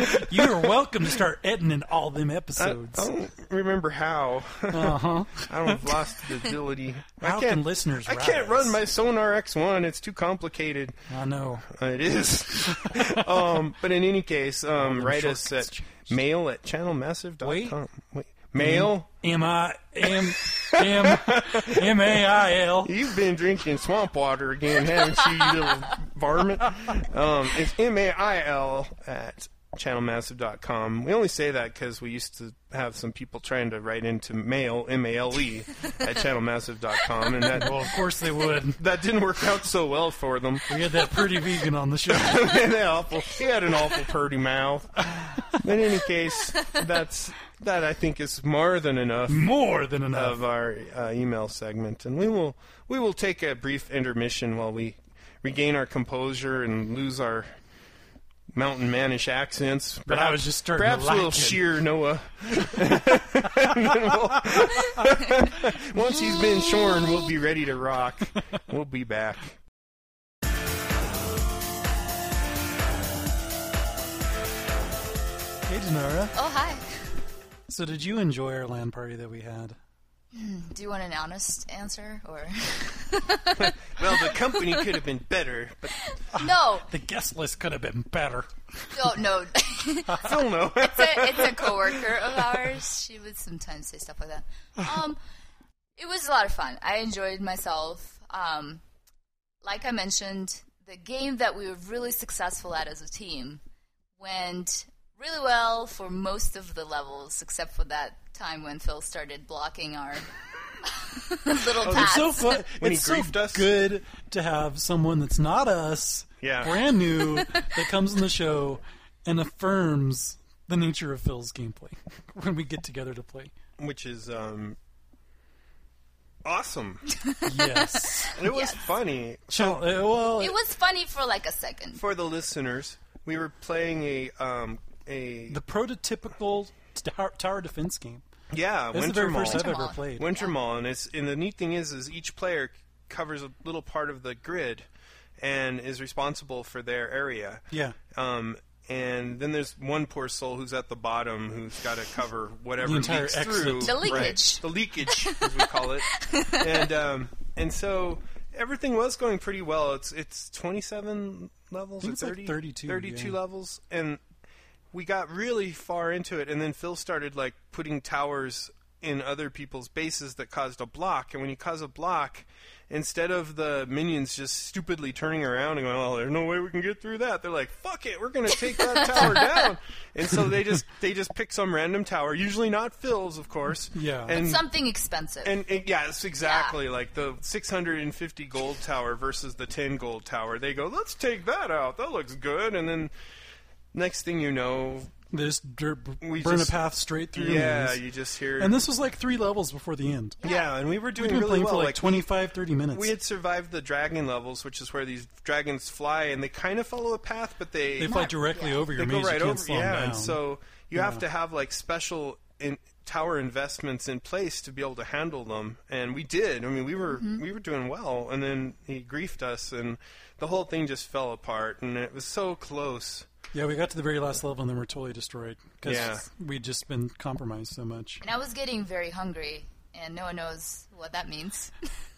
Speaker 3: Mark. You're welcome to start editing all them
Speaker 4: I, I
Speaker 3: episodes.
Speaker 4: don't remember how.
Speaker 3: Uh huh.
Speaker 4: I don't have lost the ability.
Speaker 3: How
Speaker 4: I can't,
Speaker 3: can listeners
Speaker 4: I can't
Speaker 3: rise?
Speaker 4: run my Sonar X1. It's too complicated.
Speaker 3: I know.
Speaker 4: Uh, It is. um, but in any case, um,
Speaker 3: them
Speaker 4: write us at
Speaker 3: shortcuts
Speaker 4: mail at channelmassive.com.
Speaker 3: Wait. Mm-hmm.
Speaker 4: Wait. Mail?
Speaker 3: M I M M M A I L.
Speaker 4: You've been drinking swamp water again, haven't you, you little varmint? Um, it's M A I L at channelmassive.com. We only say that because we used to have some people trying to write into mail, M A L E, at channelmassive.com. And that,
Speaker 3: Well, of course they would.
Speaker 4: that didn't work out so well for them.
Speaker 3: We had that pretty vegan on the show.
Speaker 4: An awful- he had an awful purty mouth. In any case, that's that I think is more than enough
Speaker 3: More than enough.
Speaker 4: of our uh, email segment, and we will we will take a brief intermission while we regain our composure and lose our mountain manish accents.
Speaker 3: But I was just starting to
Speaker 4: perhaps a little
Speaker 3: like it.
Speaker 4: sheer Noah. And then we'll- once he's been shorn, we'll be ready to rock. We'll be back.
Speaker 3: Hey, Denara.
Speaker 5: Oh, hi.
Speaker 3: So, did you enjoy our land party that we had?
Speaker 5: Do you want an honest answer or
Speaker 4: Well, the company could have been better, but
Speaker 5: no?
Speaker 3: The guest list could have been better.
Speaker 5: No, no. it's, a,
Speaker 4: still no.
Speaker 5: it's a coworker of ours. She would sometimes say stuff like that. Um, it was a lot of fun. I enjoyed myself. Um, like I mentioned, the game that we were really successful at as a team went really well for most of the levels, except for that time when Phil started blocking our little
Speaker 3: It's
Speaker 5: paths.
Speaker 3: so fun.
Speaker 4: When he
Speaker 3: it's so
Speaker 4: griefed us.
Speaker 3: good to have someone that's not us,
Speaker 4: Yeah.
Speaker 3: brand new, that comes in the show and affirms the nature of Phil's gameplay when we get together to play.
Speaker 4: Which is um, awesome.
Speaker 3: Yes.
Speaker 4: It was funny.
Speaker 3: Chal- uh, well,
Speaker 5: It was funny for like a second.
Speaker 4: for the listeners, we were playing a um a
Speaker 3: the prototypical tower, tower defense game.
Speaker 4: yeah
Speaker 3: This is
Speaker 4: winter
Speaker 3: the very
Speaker 4: mall.
Speaker 3: first I've ever
Speaker 5: Mall.
Speaker 3: played.
Speaker 4: winter mall, and it's and the neat thing is is each player covers a little part of the grid and is responsible for their area.
Speaker 3: Yeah.
Speaker 4: Um, and then there's one poor soul who's at the bottom who's got to cover whatever
Speaker 3: The entire
Speaker 4: leaks
Speaker 3: exit.
Speaker 4: through.
Speaker 5: The
Speaker 4: Right.
Speaker 5: leakage.
Speaker 4: The leakage, as we call it. and um, and so everything was going pretty well. It's it's 27 levels
Speaker 3: think
Speaker 4: or
Speaker 3: it's like
Speaker 4: 30,
Speaker 3: 32,
Speaker 4: 32
Speaker 3: yeah.
Speaker 4: levels, and we got really far into it, and then Phil started like putting towers in other people's bases that caused a block. And when you cause a block, instead of the minions just stupidly turning around and going, "Oh, there's no way we can get through that," they're like, "Fuck it, we're gonna take that tower down." And so they just they just pick some random tower, usually not Phil's, of course.
Speaker 3: Yeah.
Speaker 4: and
Speaker 5: Something expensive.
Speaker 4: and it, yeah, it's exactly like the 650 gold tower versus the 10 gold tower. They go, let's take that out. That looks good. And then next thing you know,
Speaker 3: They just dur-
Speaker 4: We
Speaker 3: burn
Speaker 4: just-
Speaker 3: a path straight through.
Speaker 4: yeah,
Speaker 3: these.
Speaker 4: you just hear.
Speaker 3: and this was like three levels before the end.
Speaker 4: yeah, and we were doing
Speaker 3: We've been
Speaker 4: really
Speaker 3: playing
Speaker 4: well.
Speaker 3: for like,
Speaker 4: like,
Speaker 3: 25, 30 minutes.
Speaker 4: we had survived the dragon levels, which is where these dragons fly, and they kind of follow a path, but they
Speaker 3: they fly directly over your
Speaker 4: they
Speaker 3: maze.
Speaker 4: go right
Speaker 3: you can't
Speaker 4: over.
Speaker 3: slow 'em
Speaker 4: Yeah, and
Speaker 3: down.
Speaker 4: so you have to have like special in, tower investments in place to be able to handle them, and we did. I mean, we were
Speaker 3: Mm-hmm.
Speaker 4: we were doing well, and then he griefed us, and the whole thing just fell apart, and it was so close.
Speaker 3: yeah, we got to the very last level and then we're totally destroyed because
Speaker 4: Yeah.
Speaker 3: we'd just been compromised so much.
Speaker 5: And I was getting very hungry, and no one knows what that means.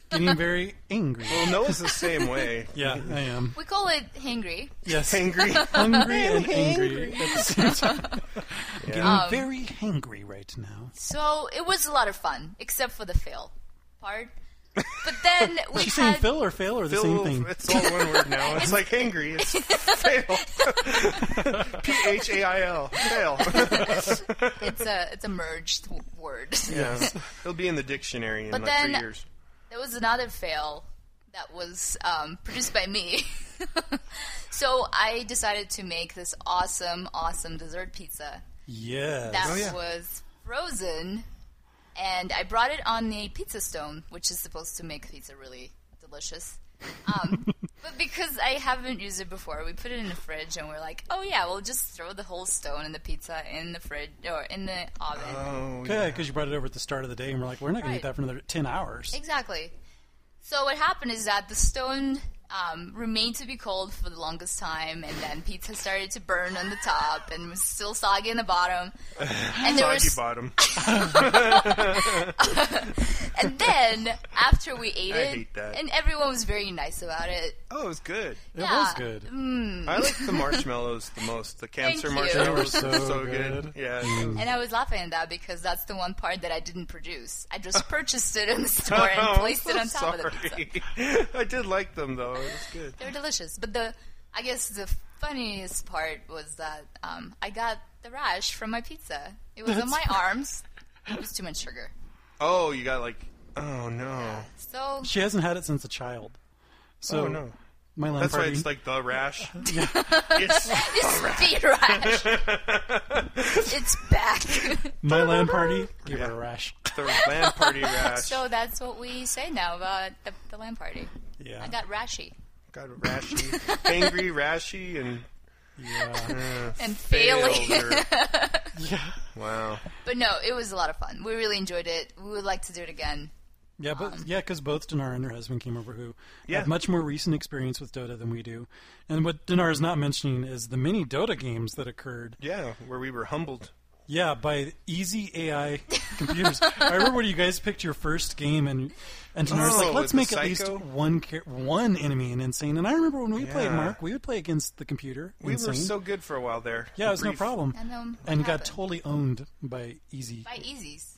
Speaker 3: Getting very angry.
Speaker 4: Well, Noah's the same way.
Speaker 3: Yeah, I am.
Speaker 5: We call it hangry.
Speaker 3: Yes,
Speaker 4: Angry.
Speaker 3: hungry and angry at the same time. Getting very hangry right now.
Speaker 5: So it was a lot of fun, except for the fail part. But then we
Speaker 3: She's saying
Speaker 5: had
Speaker 3: Phil or fail or the same thing.
Speaker 4: It's all one word now. It's like angry. It's fail. P H A I L. Fail.
Speaker 5: it's a it's a merged w- word.
Speaker 4: Yeah. It'll be in the dictionary in
Speaker 5: But
Speaker 4: like three
Speaker 5: then-
Speaker 4: years.
Speaker 5: There was another fail that was um, produced by me. so I decided to make this awesome, awesome dessert pizza
Speaker 3: Yes.
Speaker 5: that
Speaker 4: Oh, yeah.
Speaker 5: was frozen, and I brought it on a pizza stone, which is supposed to make pizza really delicious. Um, but because I haven't used it before, we put it in the fridge, and we're like, "Oh yeah, we'll just throw the whole stone and the pizza in the fridge or in the oven."
Speaker 4: Oh,
Speaker 3: Okay, because you brought it over at the start of the day, and we're like, we're not going to eat
Speaker 5: Right.
Speaker 3: that for another ten hours.
Speaker 5: Exactly. So what happened is that the stone um, remained to be cold for the longest time, and then pizza started to burn on the top, and was still soggy in the bottom. And there
Speaker 4: soggy
Speaker 5: was,
Speaker 4: bottom.
Speaker 5: and then after we ate
Speaker 4: I
Speaker 5: it,
Speaker 4: hate that.
Speaker 5: and everyone was very nice about it.
Speaker 4: Oh, it was good.
Speaker 3: It
Speaker 5: Yeah.
Speaker 3: was good.
Speaker 4: Mm. I like the marshmallows the most. The cancer
Speaker 5: you.
Speaker 4: marshmallows
Speaker 3: They were
Speaker 4: are
Speaker 3: so
Speaker 4: so
Speaker 3: good.
Speaker 4: good.
Speaker 3: Mm.
Speaker 4: Yeah.
Speaker 5: And I was laughing at that because that's the one part that I didn't produce. I just purchased it in the store
Speaker 4: Oh,
Speaker 5: and
Speaker 4: I'm
Speaker 5: placed it
Speaker 4: so
Speaker 5: on top of the pizza.
Speaker 4: sorry. I did like them though. It was good.
Speaker 5: They were delicious. But the, I guess the funniest part was that um, I got the rash from my pizza. It was on my arms. It was too much sugar.
Speaker 4: Oh, you got like. Oh no.
Speaker 5: So
Speaker 3: She hasn't had it since a child. So
Speaker 4: Oh no.
Speaker 3: my land
Speaker 4: That's why
Speaker 3: party.
Speaker 4: it's like the rash. It's
Speaker 5: it's beet rash. it's back.
Speaker 3: my land party. Give
Speaker 4: Yeah.
Speaker 3: her a rash.
Speaker 4: the land party rash.
Speaker 5: so that's what we say now about the, the land party.
Speaker 3: Yeah.
Speaker 5: I got rashy
Speaker 4: got rashy, angry, rashy, and uh,
Speaker 3: yeah.
Speaker 5: and failing.
Speaker 4: failed. or-
Speaker 3: yeah.
Speaker 4: Wow.
Speaker 5: But no, it was a lot of fun. We really enjoyed it. We would like to do it again.
Speaker 3: Yeah,
Speaker 5: Um,
Speaker 3: but yeah, because both Dinar and her husband came over, who
Speaker 4: Yeah.
Speaker 3: have much more recent experience with Dota than we do. And what Dinar is not mentioning is the many Dota games that occurred.
Speaker 4: Yeah, where we were humbled.
Speaker 3: Yeah, by easy AI computers. I remember when you guys picked your first game, and and Dinar was
Speaker 4: Oh,
Speaker 3: like, "Let's
Speaker 4: with
Speaker 3: make
Speaker 4: the
Speaker 3: at least
Speaker 4: Psycho?
Speaker 3: one char- one enemy in Insane." And I remember when we played
Speaker 4: Yeah.
Speaker 3: Mark, we would play against the computer.
Speaker 4: We
Speaker 3: Insane.
Speaker 4: were so good for a while there.
Speaker 3: yeah, it was no
Speaker 4: Brief-
Speaker 3: problem.
Speaker 5: And then
Speaker 3: And got
Speaker 5: happened?
Speaker 3: totally owned by Easy
Speaker 5: by Easies.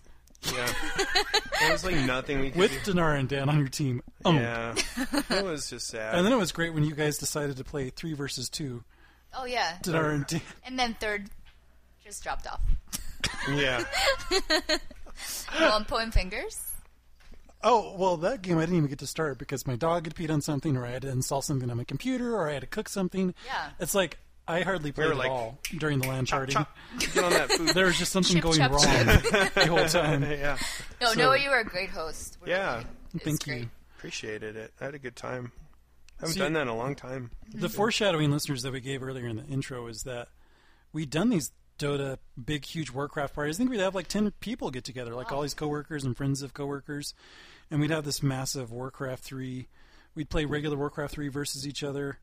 Speaker 4: Yeah. There was like nothing we could
Speaker 3: with
Speaker 4: do.
Speaker 3: Dinar and Dan on your team. Um, Owned.
Speaker 4: Yeah. It was just sad.
Speaker 3: And then it was great when you guys decided to play three versus two.
Speaker 5: Oh yeah.
Speaker 3: Dinar and Dan.
Speaker 5: And then third just dropped off.
Speaker 4: yeah.
Speaker 5: Well, poem fingers.
Speaker 3: Oh, well, that game I didn't even get to start because my dog had peed on something, or I had to install something on my computer, or I had to cook something.
Speaker 5: Yeah.
Speaker 3: It's like I hardly played
Speaker 4: were
Speaker 3: at
Speaker 4: like,
Speaker 3: all during the land party.
Speaker 4: Chop. Get on that food.
Speaker 3: There was just something
Speaker 5: Chip,
Speaker 3: going
Speaker 5: chop,
Speaker 3: wrong the whole time.
Speaker 4: Yeah.
Speaker 5: No,
Speaker 3: So-
Speaker 5: no, you were a great host. We're
Speaker 4: Yeah.
Speaker 5: It's
Speaker 3: Thank you.
Speaker 5: great.
Speaker 4: Appreciated it. I had a good time. I haven't
Speaker 3: See-
Speaker 4: done that in a long time.
Speaker 3: The foreshadowing listeners that we gave earlier in the intro is that we'd done these Dota big huge Warcraft parties. I think we'd have like ten people get together, like all these coworkers and friends of coworkers, and we'd have this massive Warcraft three. We'd play regular Warcraft three versus each other.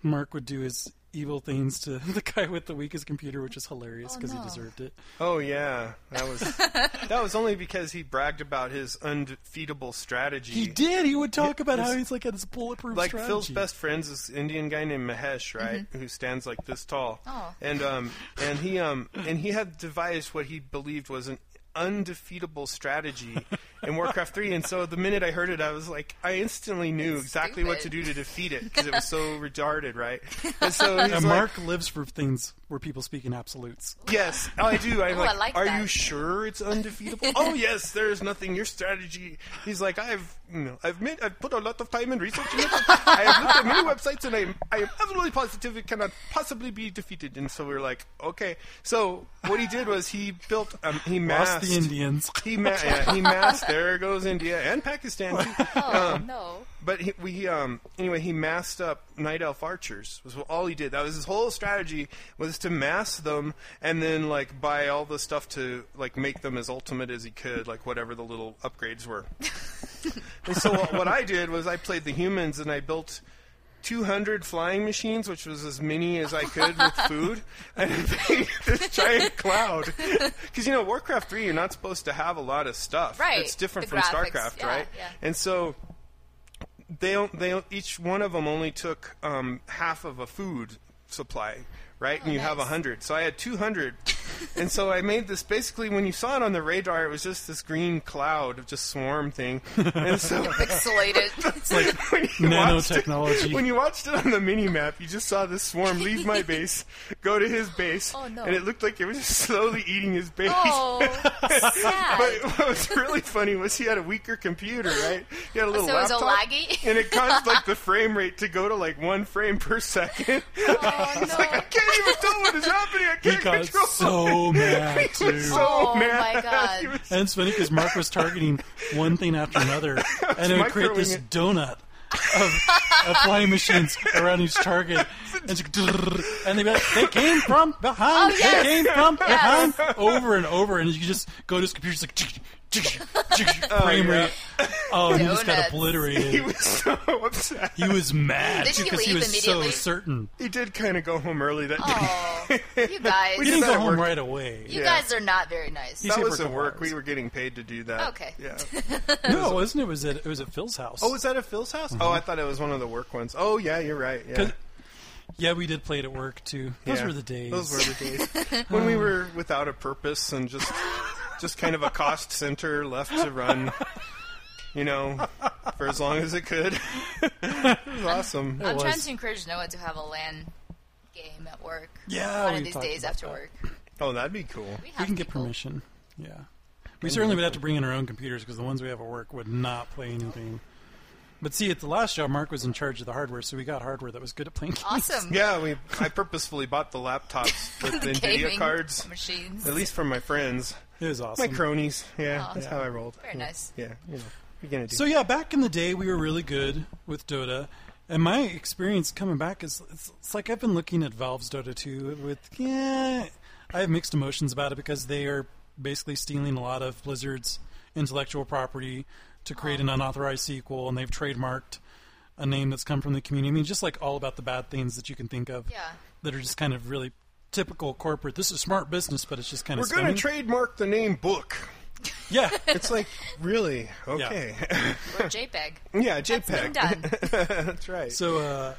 Speaker 3: Mark would do his evil things to the guy with the weakest computer, which is hilarious because
Speaker 5: no.
Speaker 3: he deserved it.
Speaker 4: Oh yeah, that was that was only because he bragged about his undefeatable strategy.
Speaker 3: He did. He would talk about how he's like had this bulletproof
Speaker 4: like
Speaker 3: strategy.
Speaker 4: Phil's best friend's this Indian guy named Mahesh, right, who stands like this tall.
Speaker 5: Mm-hmm. Oh.
Speaker 4: And um and he um and he had devised what he believed was an undefeatable strategy in Warcraft 3 and so the minute I heard it I was like I instantly knew exactly what to
Speaker 5: stupid.
Speaker 4: do to defeat it because it was so retarded, right? And so he's
Speaker 3: And
Speaker 4: like,
Speaker 3: Mark lives for things where people speak in absolutes.
Speaker 4: Yes, I do. I'm
Speaker 5: Ooh,
Speaker 4: like,
Speaker 5: I like
Speaker 4: are
Speaker 5: that.
Speaker 4: you sure it's undefeatable? oh yes, there's nothing. Your strategy. He's like, I've, you know, I've made, I've put a lot of time and research in it. I have looked at many websites, and I'm, I am absolutely positive it cannot possibly be defeated. And so we are like, okay. So what he did was he built, um, he masked
Speaker 3: Lost the Indians.
Speaker 4: He, ma- yeah, he masked. There goes India and Pakistan. too.
Speaker 5: Oh
Speaker 4: Um,
Speaker 5: no.
Speaker 4: But he, we um anyway he masked up night elf archers was all he did. That was his whole strategy was to mask them and then like buy all the stuff to like make them as ultimate as he could, like whatever the little upgrades were. and so what, what I did was I played the humans and I built. 200 flying machines, which was as many as I could with food, and I made this giant cloud. Because you know, Warcraft 3, you're not supposed to have a lot of stuff.
Speaker 5: Right.
Speaker 4: It's different
Speaker 5: The
Speaker 4: from
Speaker 5: graphics,
Speaker 4: StarCraft,
Speaker 5: yeah,
Speaker 4: right?
Speaker 5: yeah.
Speaker 4: And so they don't- they don't- each one of them only took um, half of a food supply, right? and you have a
Speaker 5: Oh, nice.
Speaker 4: hundred. So I had two hundred, and so I made this. Basically, when you saw it on the radar, it was just this green cloud of just swarm thing, and so.
Speaker 5: Pixelated.
Speaker 4: when you watched it-
Speaker 3: nanotechnology.
Speaker 4: when you watched it on the mini map, you just saw this swarm leave my base, go to his base,
Speaker 5: Oh, no.
Speaker 4: and it looked like it was just slowly eating his base.
Speaker 5: oh, sad.
Speaker 4: But what was really funny was he had a weaker computer, right? He had a little
Speaker 5: So it was a
Speaker 4: laptop,
Speaker 5: laggy?
Speaker 4: and it caused like the frame rate to go to like one frame per second.
Speaker 5: Oh.
Speaker 4: I was
Speaker 5: no.
Speaker 4: like, I can't even tell what is happening. I
Speaker 3: He
Speaker 4: can't
Speaker 3: got
Speaker 4: control.
Speaker 3: so mad
Speaker 4: He
Speaker 3: too.
Speaker 4: was so
Speaker 5: Oh, my
Speaker 4: mad.
Speaker 5: God.
Speaker 4: He was
Speaker 3: And it's funny because Mark was targeting one thing after another, and it would create
Speaker 4: microwing
Speaker 3: this
Speaker 4: it.
Speaker 3: donut of, of flying machines around each target. And, it's like, "Drrrr," and they'd be like, they came from behind,
Speaker 5: Oh, yes.
Speaker 3: they came from
Speaker 5: Yes.
Speaker 3: behind, over and over. And you could just go to his computer, it's like, "Tch, tch, tch," frame
Speaker 4: yeah.
Speaker 3: rate. Oh, and he just got
Speaker 5: Donuts.
Speaker 4: he
Speaker 3: obliterated.
Speaker 4: was so upset.
Speaker 3: He was mad
Speaker 5: Did he
Speaker 3: because he
Speaker 5: leave
Speaker 3: was so
Speaker 5: immediately?
Speaker 3: certain.
Speaker 4: He did kind of go home early that day.
Speaker 5: Oh, you guys.
Speaker 3: He
Speaker 4: We didn't
Speaker 5: You
Speaker 3: didn't
Speaker 4: that
Speaker 3: go home
Speaker 4: worked.
Speaker 3: right away.
Speaker 4: yeah.
Speaker 5: guys are not very nice.
Speaker 3: He stayed
Speaker 4: That
Speaker 3: for a
Speaker 4: was at
Speaker 3: couple
Speaker 4: work.
Speaker 3: hours.
Speaker 4: We were getting paid to do that.
Speaker 5: Okay.
Speaker 4: Yeah.
Speaker 3: No, it wasn't. It was at it was at Phil's house.
Speaker 4: Oh, was that at Phil's house? Oh, I thought it was one of the work ones. Oh, yeah, you're right. Yeah.
Speaker 3: 'Cause- yeah, we did play it at work too. Those
Speaker 4: Yeah.
Speaker 3: were the days.
Speaker 4: Those were the days when we were without a purpose and just just kind of a cost center left to run. You know, for as long as it could. it was awesome.
Speaker 5: I'm trying
Speaker 3: was.
Speaker 5: to encourage Noah to have a LAN game at work.
Speaker 3: Yeah,
Speaker 5: one of
Speaker 3: we
Speaker 5: these
Speaker 3: talked
Speaker 5: days
Speaker 3: about
Speaker 5: after
Speaker 3: that.
Speaker 5: work.
Speaker 4: Oh, that'd be cool.
Speaker 5: We,
Speaker 3: We
Speaker 5: have
Speaker 3: can get
Speaker 5: people.
Speaker 3: permission. Yeah, we certainly would have to bring in our own computers because the ones we have at work would not play anything. But see, at the last job, Mark was in charge of the hardware, so we got hardware that was good at playing. games.
Speaker 5: Awesome.
Speaker 4: Yeah, we. I purposefully bought the laptops with the, NVIDIA
Speaker 5: Gaming
Speaker 4: cards,
Speaker 5: machines.
Speaker 4: at least from my friends,
Speaker 3: It was
Speaker 4: my
Speaker 3: awesome.
Speaker 4: cronies. Yeah,
Speaker 5: Aw.
Speaker 4: that's how I rolled.
Speaker 5: Very
Speaker 4: yeah.
Speaker 5: nice.
Speaker 4: Yeah, you know, you're gonna do.
Speaker 3: So yeah, back in the day, we were really good with Dota, and my experience coming back is it's, it's like I've been looking at Valve's Dota 2 with yeah, I have mixed emotions about it because they are basically stealing a lot of Blizzard's intellectual property to create an unauthorized sequel, and they've trademarked a name that's come from the community. I mean, just like all about the bad things that you can think of
Speaker 5: Yeah.
Speaker 3: that are just kind of really typical corporate. This is smart business, but it's just kind
Speaker 4: We're
Speaker 3: of
Speaker 4: gonna
Speaker 3: scummy.
Speaker 4: trademark the name book.
Speaker 3: yeah.
Speaker 4: It's like really okay.
Speaker 5: Or JPEG.
Speaker 4: yeah,
Speaker 5: It's been
Speaker 4: JPEG.
Speaker 5: done.
Speaker 4: That's right.
Speaker 3: So uh,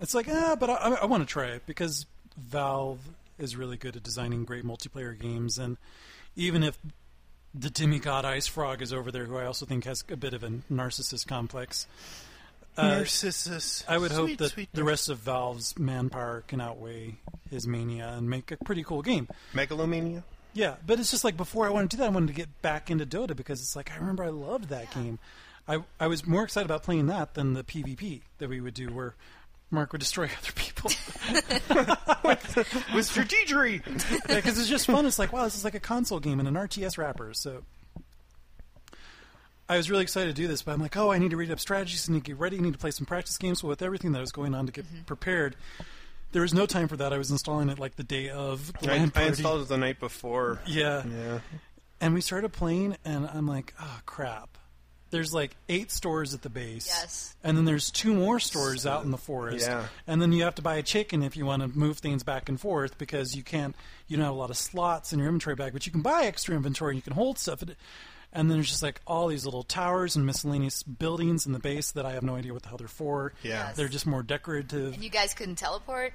Speaker 3: it's like, ah, but I, I want to try it because Valve is really good at designing great multiplayer games, and even if the demigod Ice Frog is over there, who I also think has a bit of a narcissist complex,
Speaker 4: Uh, Narcissus.
Speaker 3: I would hope that the rest of Valve's manpower can outweigh his mania and make a pretty cool game.
Speaker 4: Megalomania.
Speaker 3: Yeah, but it's just like before I wanted to do that, I wanted to get back into Dota because it's like I remember I loved that game. I I was more excited about playing that than the PvP that we would do where Mark would destroy other people.
Speaker 4: With strategery.
Speaker 3: because it's just fun. It's like wow, this is like a console game and an RTS wrapper. So I was really excited to do this, but I'm like, oh, I need to read up strategies, I need to get ready, I need to play some practice games. Well, with everything that was going on to get prepared, There was no time for that. I was installing it like the day of the
Speaker 4: I,
Speaker 3: LAN
Speaker 4: I
Speaker 3: party.
Speaker 4: installed it the night before.
Speaker 3: yeah.
Speaker 4: Yeah.
Speaker 3: And we started playing, and I'm like, oh, crap. There's like eight stores at the base.
Speaker 5: Yes.
Speaker 3: And then there's two more stores out in the forest.
Speaker 4: Yeah.
Speaker 3: And then you have to buy a chicken if you want to move things back and forth because you can't, you don't have a lot of slots in your inventory bag, but you can buy extra inventory and you can hold stuff. And and then there's just like all these little towers and miscellaneous buildings in the base that I have no idea what the hell they're for.
Speaker 4: Yeah. Yes.
Speaker 3: They're just more decorative.
Speaker 5: And you guys couldn't teleport?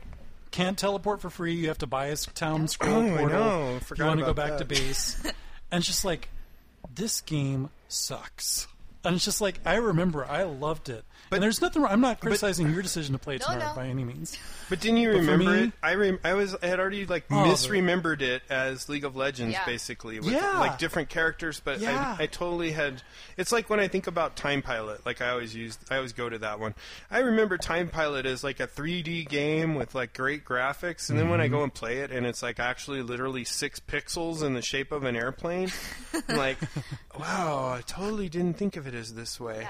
Speaker 3: can't teleport for free. You have to buy a s- town scroll
Speaker 4: Oh, I
Speaker 3: portal.
Speaker 4: know.
Speaker 3: if you
Speaker 4: Forgot
Speaker 3: want to go
Speaker 4: about
Speaker 3: back to
Speaker 4: that.
Speaker 3: base. and it's just like this game sucks. And it's just like I remember I loved it. But and there's nothing wrong. I'm not criticizing your decision to play it
Speaker 5: No,
Speaker 3: tomorrow
Speaker 5: no.
Speaker 3: by any means.
Speaker 4: But didn't you
Speaker 3: for
Speaker 4: remember
Speaker 3: me- Oh,
Speaker 4: it? I rem- I was I had already like
Speaker 3: All of it.
Speaker 4: misremembered it as League of Legends
Speaker 5: Yeah.
Speaker 4: basically with
Speaker 3: Yeah.
Speaker 4: like different characters, but
Speaker 3: Yeah.
Speaker 4: I, I totally had. It's like when I think about Time Pilot, like I always use, I always go to that one. I remember Time Pilot as like a 3D game with like great graphics, and then when I
Speaker 3: Mm-hmm.
Speaker 4: go and play it, and it's like actually literally six pixels in the shape of an airplane, I'm like, wow, I totally didn't think of it as this way.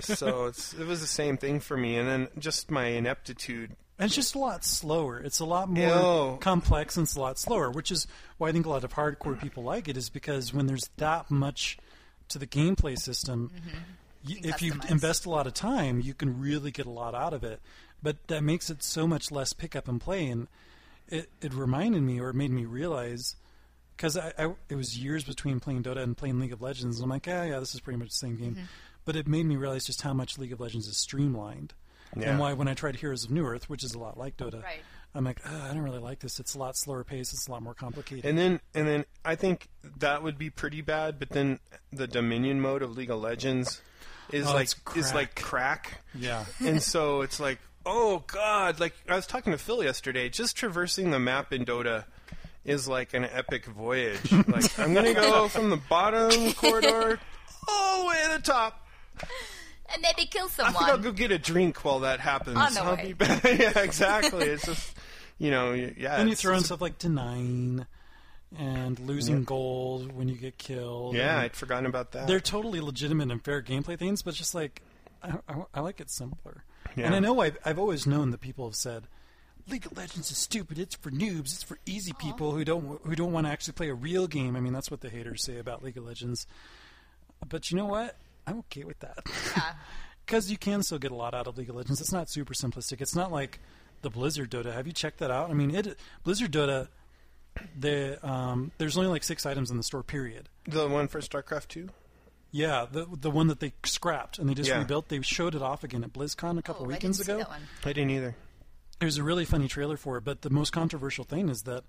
Speaker 4: so it's, it was the same thing for me, and then just my ineptitude
Speaker 3: And it's just a lot slower. It's a lot more
Speaker 4: Ew.
Speaker 3: complex and it's a lot slower, which is why I think a lot of hardcore people like it is because when there's that much to the gameplay system, you,
Speaker 5: can
Speaker 3: if you
Speaker 5: customize.
Speaker 3: invest a lot of time, you can really get a lot out of it. But that makes it so much less pick up and play. And it, it reminded me or it made me realize because I, I it was years between playing Dota and playing League of Legends. And I'm like, yeah, yeah, this is pretty much the same game. But it made me realize just how much League of Legends is streamlined,
Speaker 4: Yeah.
Speaker 3: and why when I tried Heroes of New Earth, which is a lot like Dota,
Speaker 5: Right.
Speaker 3: I'm like, "Ah, I don't really like this. It's a lot slower pace. It's a lot more complicated.
Speaker 4: And then and then I think that would be pretty bad, but then the Dominion mode of League of Legends is
Speaker 3: Oh,
Speaker 4: like
Speaker 3: it's
Speaker 4: is like crack.
Speaker 3: yeah,
Speaker 4: and so it's like, oh god, like I was talking to Phil yesterday, just traversing the map in Dota is like an epic voyage. like I'm going to go from the bottom corridor all the way to the top.
Speaker 5: And then they kill
Speaker 4: I think I'll
Speaker 5: someone.
Speaker 4: go get a drink while that happens.
Speaker 5: On the
Speaker 4: I'll
Speaker 5: way.
Speaker 4: be back. yeah, exactly. It's just you know, yeah.
Speaker 3: and you
Speaker 4: it's-
Speaker 3: throw in stuff like denying and losing gold when you get killed.
Speaker 4: yeah,
Speaker 3: and
Speaker 4: I'd forgotten about that.
Speaker 3: they're totally legitimate and fair gameplay things, but it's just like I, I, I like it simpler. And
Speaker 4: Yeah.
Speaker 3: I know I've, I've always known that people have said League of Legends is stupid. It's for noobs. It's for easy people who don't who don't want to actually play a real game. I mean, that's what the haters say about League of Legends. But you know what? I'm okay with that. Because you can still get a lot out of League of Legends. It's not super simplistic. It's not like the Blizzard Dota. Have you checked that out? I mean, it Blizzard Dota. The um, there's only like six items in the store. Period.
Speaker 4: the one for StarCraft 2?
Speaker 3: Yeah, the the one that they scrapped and they just
Speaker 4: Yeah.
Speaker 3: rebuilt. They showed it off again at BlizzCon a couple
Speaker 5: Oh, I didn't
Speaker 3: weekends
Speaker 5: see
Speaker 3: ago.
Speaker 5: that one.
Speaker 4: I didn't either.
Speaker 3: There's a really funny trailer for it, but the most controversial thing is that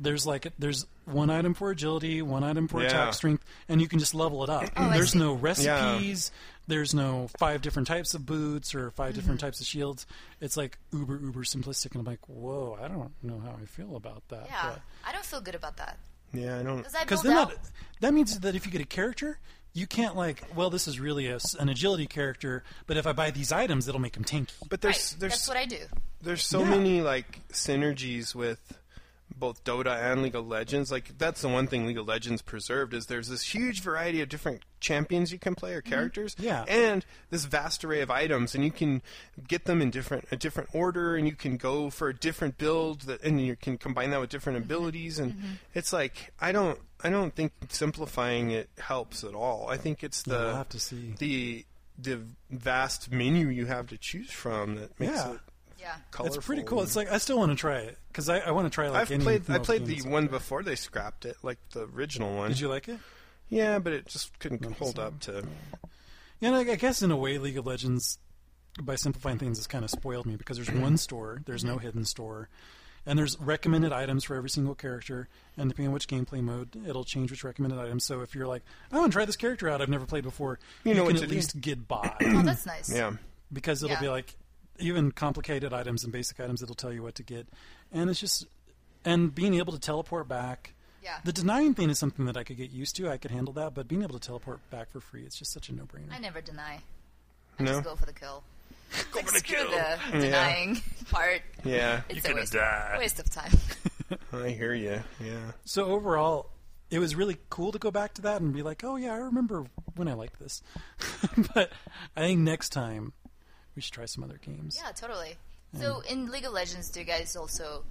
Speaker 3: there's like there's one item for agility, one item for
Speaker 4: Yeah.
Speaker 3: attack strength, and you can just level it up.
Speaker 5: Oh, I
Speaker 3: there's
Speaker 5: see.
Speaker 3: no recipes. There's no five different types of boots or 5
Speaker 5: Mm-hmm.
Speaker 3: different types of shields. It's like uber uber simplistic, and I'm like, whoa, I don't know how I feel about that.
Speaker 5: Yeah.
Speaker 3: but-
Speaker 5: I don't feel good about that.
Speaker 4: Yeah, I don't.
Speaker 5: Because I
Speaker 3: because
Speaker 5: build
Speaker 3: then
Speaker 5: out.
Speaker 3: that, that means that if you get a character, you can't like, well, this is really a s an agility character, but if I buy these items, it'll make him tanky.
Speaker 4: But
Speaker 5: Right,
Speaker 4: there's there's
Speaker 5: That's what I do.
Speaker 4: there's so
Speaker 3: Yeah.
Speaker 4: many like synergies with both Dota and League of Legends. Like that's the one thing League of Legends preserved is there's this huge variety of different champions you can play or characters.
Speaker 3: Mm-hmm. Yeah.
Speaker 4: And this vast array of items and you can get them in different a different order and you can go for a different build that and you can combine that with different
Speaker 3: Mm-hmm.
Speaker 4: abilities and it's like I don't I don't think simplifying it helps at all. I think it's the
Speaker 3: we'll have to see.
Speaker 4: the the vast menu you have to choose from that makes
Speaker 3: Yeah.
Speaker 4: it
Speaker 5: Yeah.
Speaker 4: colorful.
Speaker 3: It's pretty cool. It's like I still want to try it because I, I want to try like
Speaker 4: I've
Speaker 3: any
Speaker 4: played. I
Speaker 3: mobile
Speaker 4: played
Speaker 3: games.
Speaker 4: the one before they scrapped it, like the original one.
Speaker 3: Did you like it?
Speaker 4: Yeah, but it just couldn't hold up to.
Speaker 3: Yeah, and I, I guess in a way, League of Legends, by simplifying things, has kind of spoiled me because there's one store, there's no hidden store, and there's recommended items for every single character, and depending on which gameplay mode, it'll change which recommended items. So if you're like, I want to try this character out I've never played before, you,
Speaker 4: know what
Speaker 3: can
Speaker 4: to
Speaker 3: at
Speaker 4: do.
Speaker 3: least get
Speaker 5: Oh,
Speaker 3: by
Speaker 5: that's nice.
Speaker 4: Hmm. Yeah,
Speaker 3: because it'll
Speaker 5: Yeah.
Speaker 3: be like even complicated items and basic items, it'll tell you what to get, and it's just and being able to teleport back.
Speaker 5: Yeah.
Speaker 3: The denying thing is something that I could get used to. I could handle that, but being able to teleport back for free, it's just such a no-brainer.
Speaker 5: I never deny. I
Speaker 4: No?
Speaker 5: just go for the kill. Go
Speaker 4: for the
Speaker 5: Screw
Speaker 4: kill.
Speaker 5: the denying part.
Speaker 4: yeah.
Speaker 5: It's
Speaker 4: You're
Speaker 5: a
Speaker 4: gonna
Speaker 5: waste,
Speaker 4: die.
Speaker 5: waste of time.
Speaker 4: I hear you. Yeah.
Speaker 3: So overall, it was really cool to go back to that and be like, "Oh yeah, I remember when I liked this." but I think next time we should try some other games.
Speaker 5: yeah, totally.
Speaker 4: Hmm.
Speaker 5: So in League of Legends, do you guys also?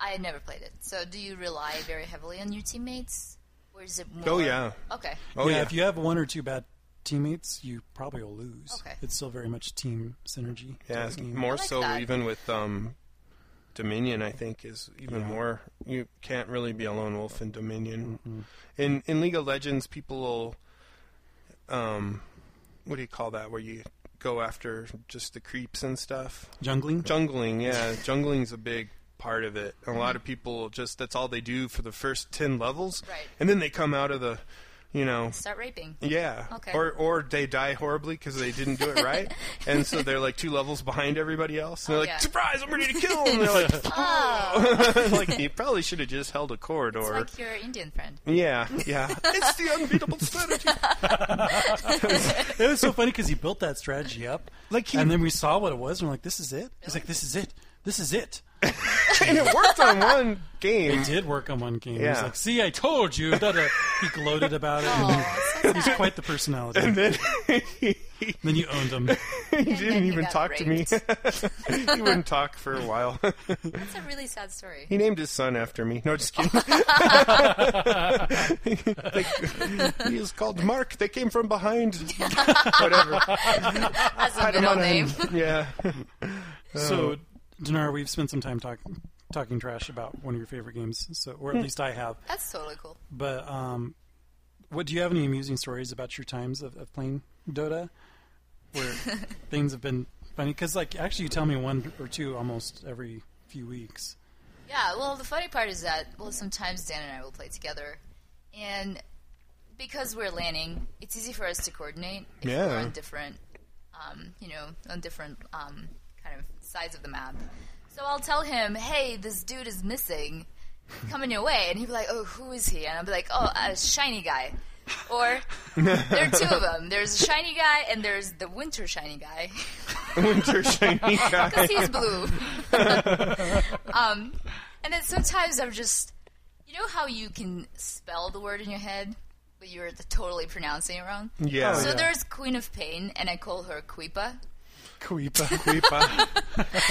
Speaker 5: I never played it. So do you rely very heavily on your teammates, or is it more?
Speaker 4: Oh, yeah.
Speaker 5: Okay.
Speaker 4: Oh,
Speaker 3: yeah,
Speaker 4: yeah.
Speaker 3: if you have one or two bad teammates, you probably will lose.
Speaker 5: Okay.
Speaker 3: It's still very much team synergy.
Speaker 4: Yeah,
Speaker 3: type of
Speaker 4: it's
Speaker 3: game.
Speaker 4: more
Speaker 5: like
Speaker 4: so
Speaker 5: that.
Speaker 4: even with um, Dominion, I think is even more. You can't really be a lone wolf in Dominion. In in League of Legends, people will, um, what do you call that? Where you go after just the creeps and stuff.
Speaker 3: jungling.
Speaker 4: Jungling, yeah, jungling's a big part of it. And a lot of people just that's all they do for the first ten levels,
Speaker 5: Right.
Speaker 4: and then they come out of the, you know,
Speaker 5: Start raping.
Speaker 4: yeah.
Speaker 5: Okay.
Speaker 4: Or or they die horribly because they didn't do it right, and so they're like two levels behind everybody else. And they're like,
Speaker 5: Oh, yeah. Oh.
Speaker 4: "Surprise! I'm ready to kill them." And they're like, "Like you probably should have just held a cord." Or
Speaker 5: Like your Indian friend.
Speaker 4: yeah, yeah. it's the unbeatable strategy.
Speaker 3: it was so funny because he built that strategy up,
Speaker 4: Like he-
Speaker 3: and then we saw what it was, and we're like, "This is it." He's like, "This is it. This is it."
Speaker 4: and it worked on one game.
Speaker 3: It did work on one game. He's
Speaker 4: Yeah.
Speaker 3: like, "See, I told you." Da, da. He gloated about it. and
Speaker 5: Oh, so
Speaker 3: he's
Speaker 5: sad.
Speaker 3: quite the personality. And
Speaker 4: Then he
Speaker 3: then you owned him.
Speaker 5: then
Speaker 4: didn't
Speaker 5: he
Speaker 4: even
Speaker 5: got
Speaker 4: talk
Speaker 5: raped.
Speaker 4: to me. he wouldn't talk for a while.
Speaker 5: That's a really sad story.
Speaker 4: he named his son after me. No, just kidding. like, he is called Mark. They came from behind. Whatever.
Speaker 5: That's a
Speaker 4: Hide 'em
Speaker 5: middle
Speaker 4: on a-
Speaker 5: name.
Speaker 4: Yeah. Oh.
Speaker 3: So, Dinar, we've spent some time talking talking trash about one of your favorite games, so or
Speaker 4: Hmm.
Speaker 3: at least I have.
Speaker 5: That's totally cool.
Speaker 3: But um, what do you have any amusing stories about your times of, of playing Dota, where things have been funny? Because like actually, you tell me one or two almost every few weeks.
Speaker 5: Yeah, well, the funny part is that, well, sometimes Dan and I will play together. And because we're landing, it's easy for us to coordinate if we're
Speaker 4: Yeah.
Speaker 5: on different, um, you know, on different um, kind of sides of the map. So I'll tell him, hey, this dude is missing. He's Coming your way. And he'll be like, oh, who is he? And I'll be like, oh, a shiny guy. Or there are two of them. There's a shiny guy and there's the winter shiny guy.
Speaker 4: Winter shiny guy.
Speaker 5: because he's blue. um, and then sometimes I'm just, you know how you can spell the word in your head, but you're totally pronouncing it wrong.
Speaker 4: Yeah.
Speaker 5: So
Speaker 3: yeah.
Speaker 5: there's Queen of Pain, and I call her Quipa.
Speaker 3: Kweepa.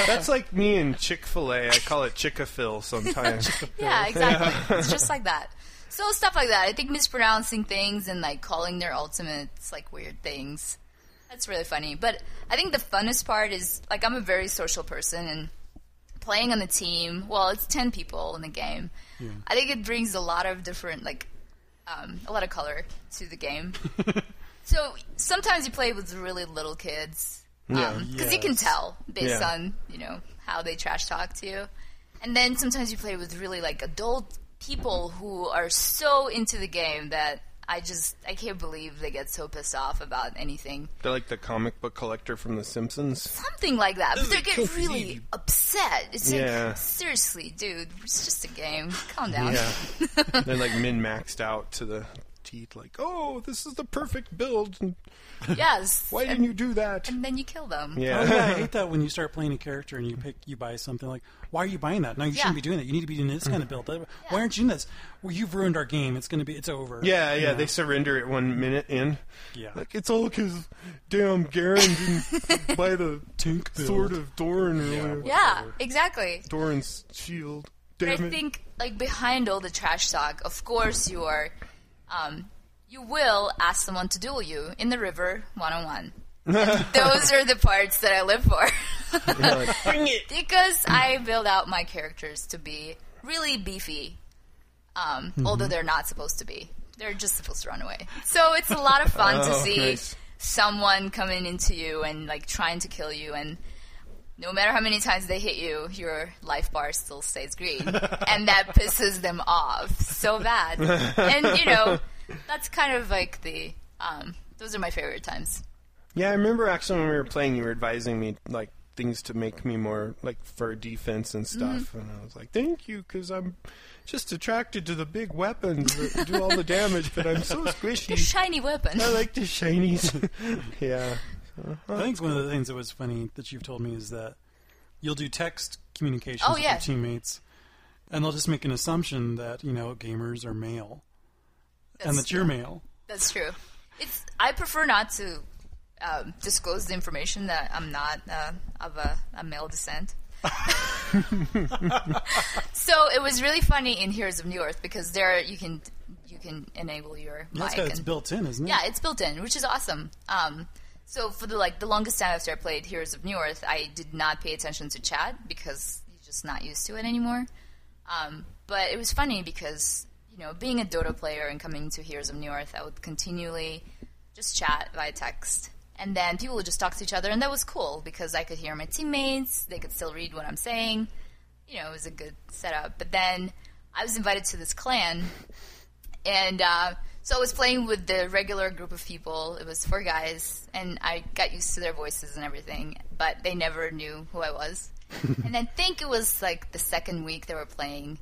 Speaker 4: That's like me and Chick fil A. I call it Chickafil sometimes.
Speaker 5: Yeah, exactly. it's just like that. So stuff like that. I think mispronouncing things and like calling their ultimates like weird things. That's really funny. But I think the funnest part is like I'm a very social person and playing on the team. Well, it's ten people in the game. I think it brings a lot of different like um, a lot of color to the game. so sometimes you play with really little kids because you can
Speaker 3: Yes.
Speaker 5: tell based
Speaker 4: Yeah.
Speaker 5: on you know how they trash talk to you, and then sometimes you play with really like adult people who are so into the game that I just I can't believe they get so pissed off about anything,
Speaker 4: They're like the comic book collector from The Simpsons.
Speaker 5: something like that. But they get really
Speaker 4: confused.
Speaker 5: upset. It's
Speaker 4: Yeah.
Speaker 5: like seriously, dude, it's just a game. Calm down.
Speaker 4: Yeah. They're like min maxed out to the teeth, like, oh, this is the perfect build. and
Speaker 5: Yes.
Speaker 4: Why didn't you do that?
Speaker 5: And then you kill them.
Speaker 3: Oh,
Speaker 4: Yeah.
Speaker 3: yeah, I hate that when you start playing a character and you pick, you buy something like, why are you buying that? No, you
Speaker 5: Yeah.
Speaker 3: shouldn't be doing that. You need to be doing this kind of build. Why aren't you doing this? Well, you've ruined our game. It's going to be, it's over.
Speaker 4: Yeah, yeah,
Speaker 3: You know?
Speaker 4: they surrender it one minute in.
Speaker 3: Yeah.
Speaker 4: Like, it's all because damn Garen didn't buy the
Speaker 3: Tink build.
Speaker 4: Sword of Doran or whatever.
Speaker 5: Yeah, exactly.
Speaker 4: Doran's shield.
Speaker 5: But I
Speaker 4: Damn it.
Speaker 5: think like behind all the trash talk, of course you are, um, you will ask someone to duel you in the river one on one. Those are the parts that I live for
Speaker 4: Yeah, like, Bring it!
Speaker 5: because I build out my characters to be really beefy, um,
Speaker 4: Mm-hmm.
Speaker 5: although they're not supposed to be. They're just supposed to run away. So it's a lot of fun to
Speaker 4: Oh,
Speaker 5: see
Speaker 4: nice.
Speaker 5: someone coming into you and like trying to kill you and. No matter how many times they hit you, your life bar still stays green, and that pisses them off so bad. And you know, that's kind of like the um, those are my favorite times.
Speaker 4: Yeah, I remember actually when we were playing, you were advising me like things to make me more like for defense and stuff,
Speaker 5: Mm-hmm.
Speaker 4: and I was like, "Thank you," because I'm just attracted to the big weapons that do all the damage, but I'm so squishy.
Speaker 5: Shiny weapon.
Speaker 4: I like the shinies. yeah,
Speaker 3: I think one of the things that was funny that you've told me is that you'll do text communications
Speaker 5: Oh,
Speaker 3: with
Speaker 5: yeah.
Speaker 3: your teammates, and they'll just make an assumption that you know gamers are male, and
Speaker 5: That's-
Speaker 3: that you're male.
Speaker 5: That's true. It's I prefer not to uh, disclose the information that I'm not uh, of a, a male descent. so it was really funny in Heroes of New Earth because there you can you can enable your
Speaker 3: That's
Speaker 5: mic.
Speaker 3: got it's
Speaker 5: and-
Speaker 3: built in, isn't it?
Speaker 5: yeah, it's built in, which is awesome. Um, so for the like the longest time after I played Heroes of New Earth, I did not pay attention to chat because you're just not used to it anymore. Um, but it was funny because you know, being a Dota player and coming to Heroes of New Earth, I would continually just chat via text, and then people would just talk to each other, and that was cool because I could hear my teammates; they could still read what I'm saying. You know, it was a good setup. But then I was invited to this clan and uh, so I was playing with the regular group of people. It was four guys, and I got used to their voices and everything, but they never knew who I was. and I think it was like the second week they were playing,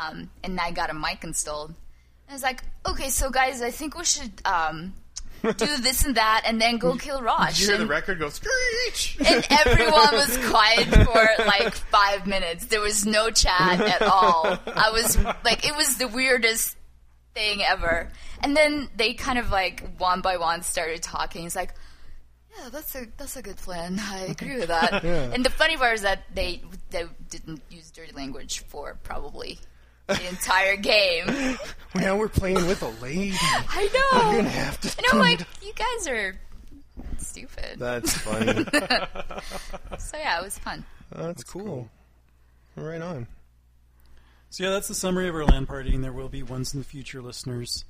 Speaker 5: um, and I got a mic installed. And I was like, okay, so guys, I think we should um, do this and that, and then go kill Rosh.
Speaker 4: You hear the
Speaker 5: And-
Speaker 4: record go screech.
Speaker 5: and everyone was quiet for like five minutes. There was no chat at all. I was like, it was the weirdest thing ever. And then they kind of like one by one started talking. It's like, yeah, that's a that's a good plan. I agree with that. And the funny part is that they they didn't use dirty language for probably the entire game.
Speaker 4: now we're playing with a lady.
Speaker 5: I know.
Speaker 4: You're gonna have to.
Speaker 5: And I'm like, you guys are stupid.
Speaker 4: That's funny.
Speaker 5: So yeah, it was fun.
Speaker 4: That's cool. Right on.
Speaker 3: So yeah, that's the summary of our land party, and there will be ones in the future, listeners.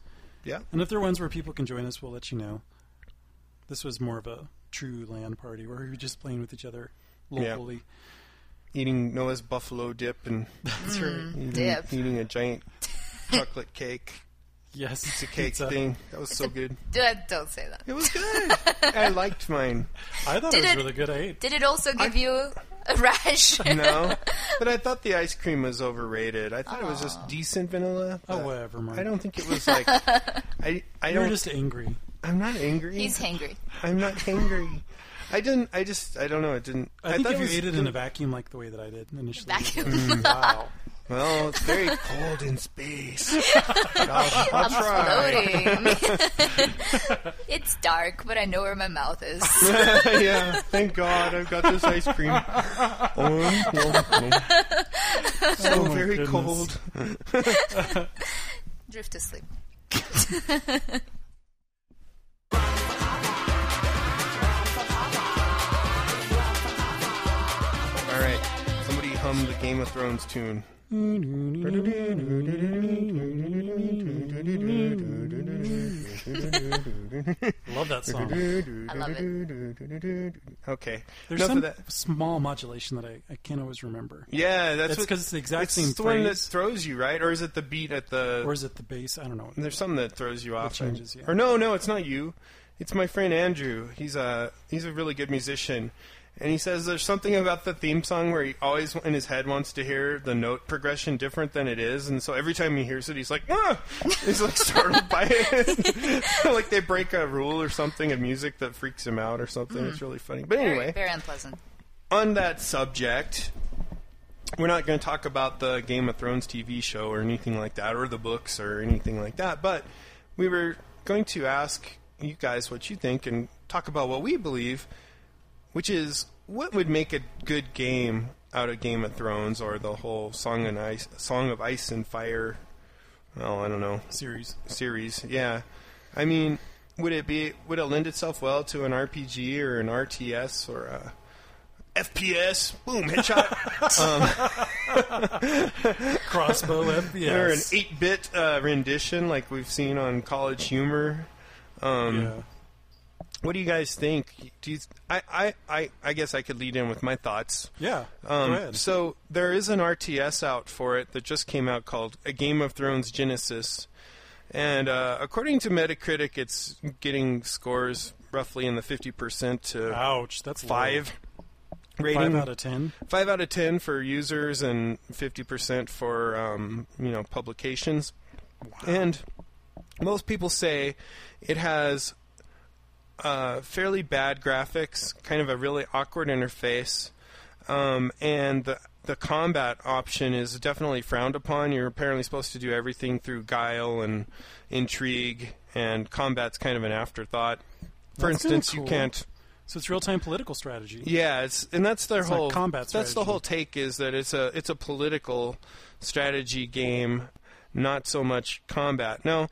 Speaker 4: Yeah.
Speaker 3: And if there are ones where people can join us, we'll let you know. This was more of a true land party where we were just playing with each other
Speaker 4: Yeah.
Speaker 3: locally.
Speaker 4: Eating Noah's buffalo dip and
Speaker 3: That's right.
Speaker 4: eating,
Speaker 5: Mm, Dip.
Speaker 4: eating a giant chocolate cake.
Speaker 3: Yes,
Speaker 4: It's a cake
Speaker 3: pizza.
Speaker 4: thing. That was so good.
Speaker 5: Don't don't say that.
Speaker 4: It was good. I liked mine.
Speaker 3: I thought
Speaker 5: Did
Speaker 3: it was
Speaker 5: it-
Speaker 3: really good. I ate.
Speaker 5: Did it also give you a rash?
Speaker 4: No, but I thought the ice cream was overrated. I thought it was just decent vanilla.
Speaker 3: Oh,
Speaker 4: but
Speaker 3: whatever, Mark.
Speaker 4: Uh, I don't think it was like. I I
Speaker 3: You were
Speaker 4: don't.
Speaker 3: just angry.
Speaker 4: I'm not angry.
Speaker 5: He's hangry.
Speaker 4: I'm not hangry. I didn't. I just. I don't know. It didn't.
Speaker 3: I, think
Speaker 4: thought
Speaker 3: if you
Speaker 4: was-
Speaker 3: ate it in a vacuum like the way that I did initially,
Speaker 5: Vacuum.
Speaker 3: Mm, wow.
Speaker 4: Well, it's very cold in space. But I'll, I'll try.
Speaker 5: Floating. it's dark, but I know where my mouth is.
Speaker 4: yeah. Thank God I've got this ice cream. Oh, no, no. So
Speaker 3: Oh, my
Speaker 4: very
Speaker 3: goodness.
Speaker 4: cold.
Speaker 5: Drift to sleep.
Speaker 4: All right. Somebody hum the Game of Thrones tune.
Speaker 3: Love that song.
Speaker 5: I love it.
Speaker 4: Okay.
Speaker 3: There's
Speaker 4: Enough
Speaker 3: some
Speaker 4: of that.
Speaker 3: small modulation that I, I can't always remember.
Speaker 4: Yeah, that's
Speaker 3: That's
Speaker 4: what-
Speaker 3: 'cause it's the exact
Speaker 4: it's
Speaker 3: same
Speaker 4: the one that
Speaker 3: phrase.
Speaker 4: throws you, right? Or is it the beat at the?
Speaker 3: Or is it the bass? I don't know.
Speaker 4: There's something that throws you off.
Speaker 3: changes, yeah.
Speaker 4: Or no, no, it's not you. It's my friend Andrew. He's a he's a really good musician, and he says there's something about the theme song where he always in his head wants to hear the note progression different than it is, and so every time he hears it, he's like, ah! he's like startled by it. like they break a rule or something of music that freaks him out or something. It's really funny. But anyway,
Speaker 5: Mm-hmm. Very, very unpleasant.
Speaker 4: on that subject, we're not going to talk about the Game of Thrones TV show or anything like that, or the books or anything like that, but we were going to ask you guys what you think and talk about what we believe, which is what would make a good game out of Game of Thrones or the whole Song, and Ice, Song of Ice and Fire. Well, I don't know
Speaker 3: Series.
Speaker 4: series. Yeah, I mean, would it be would it lend itself well to an RPG or an RTS or a FPS? Boom, headshot
Speaker 3: Crossbow FPS.
Speaker 4: or an eight-bit uh, rendition like we've seen on College Humor. Um,
Speaker 3: Yeah.
Speaker 4: What do you guys think? Do you, I, I, I, I guess I could lead in with my thoughts.
Speaker 3: Yeah. Go
Speaker 4: Um,
Speaker 3: ahead.
Speaker 4: so there is an RTS out for it that just came out called A Game of Thrones Genesis, and uh, according to Metacritic, it's getting scores roughly in the fifty percent to
Speaker 3: Ouch. That's low.
Speaker 4: five rating.
Speaker 3: Five out of ten.
Speaker 4: Five out of ten for users and fifty percent for um, you know publications, and most people say it has uh, fairly bad graphics, kind of a really awkward interface, um, and the the combat option is definitely frowned upon. You're apparently supposed to do everything through guile and intrigue, and combat's kind of an afterthought. For
Speaker 3: That's kinda
Speaker 4: instance, you
Speaker 3: cool.
Speaker 4: can't
Speaker 3: So it's real time political strategy.
Speaker 4: Yeah, it's and that's their
Speaker 3: It's like
Speaker 4: whole
Speaker 3: combat
Speaker 4: That's the
Speaker 3: strategy.
Speaker 4: whole take is that it's a it's a political strategy game, not so much combat. Now,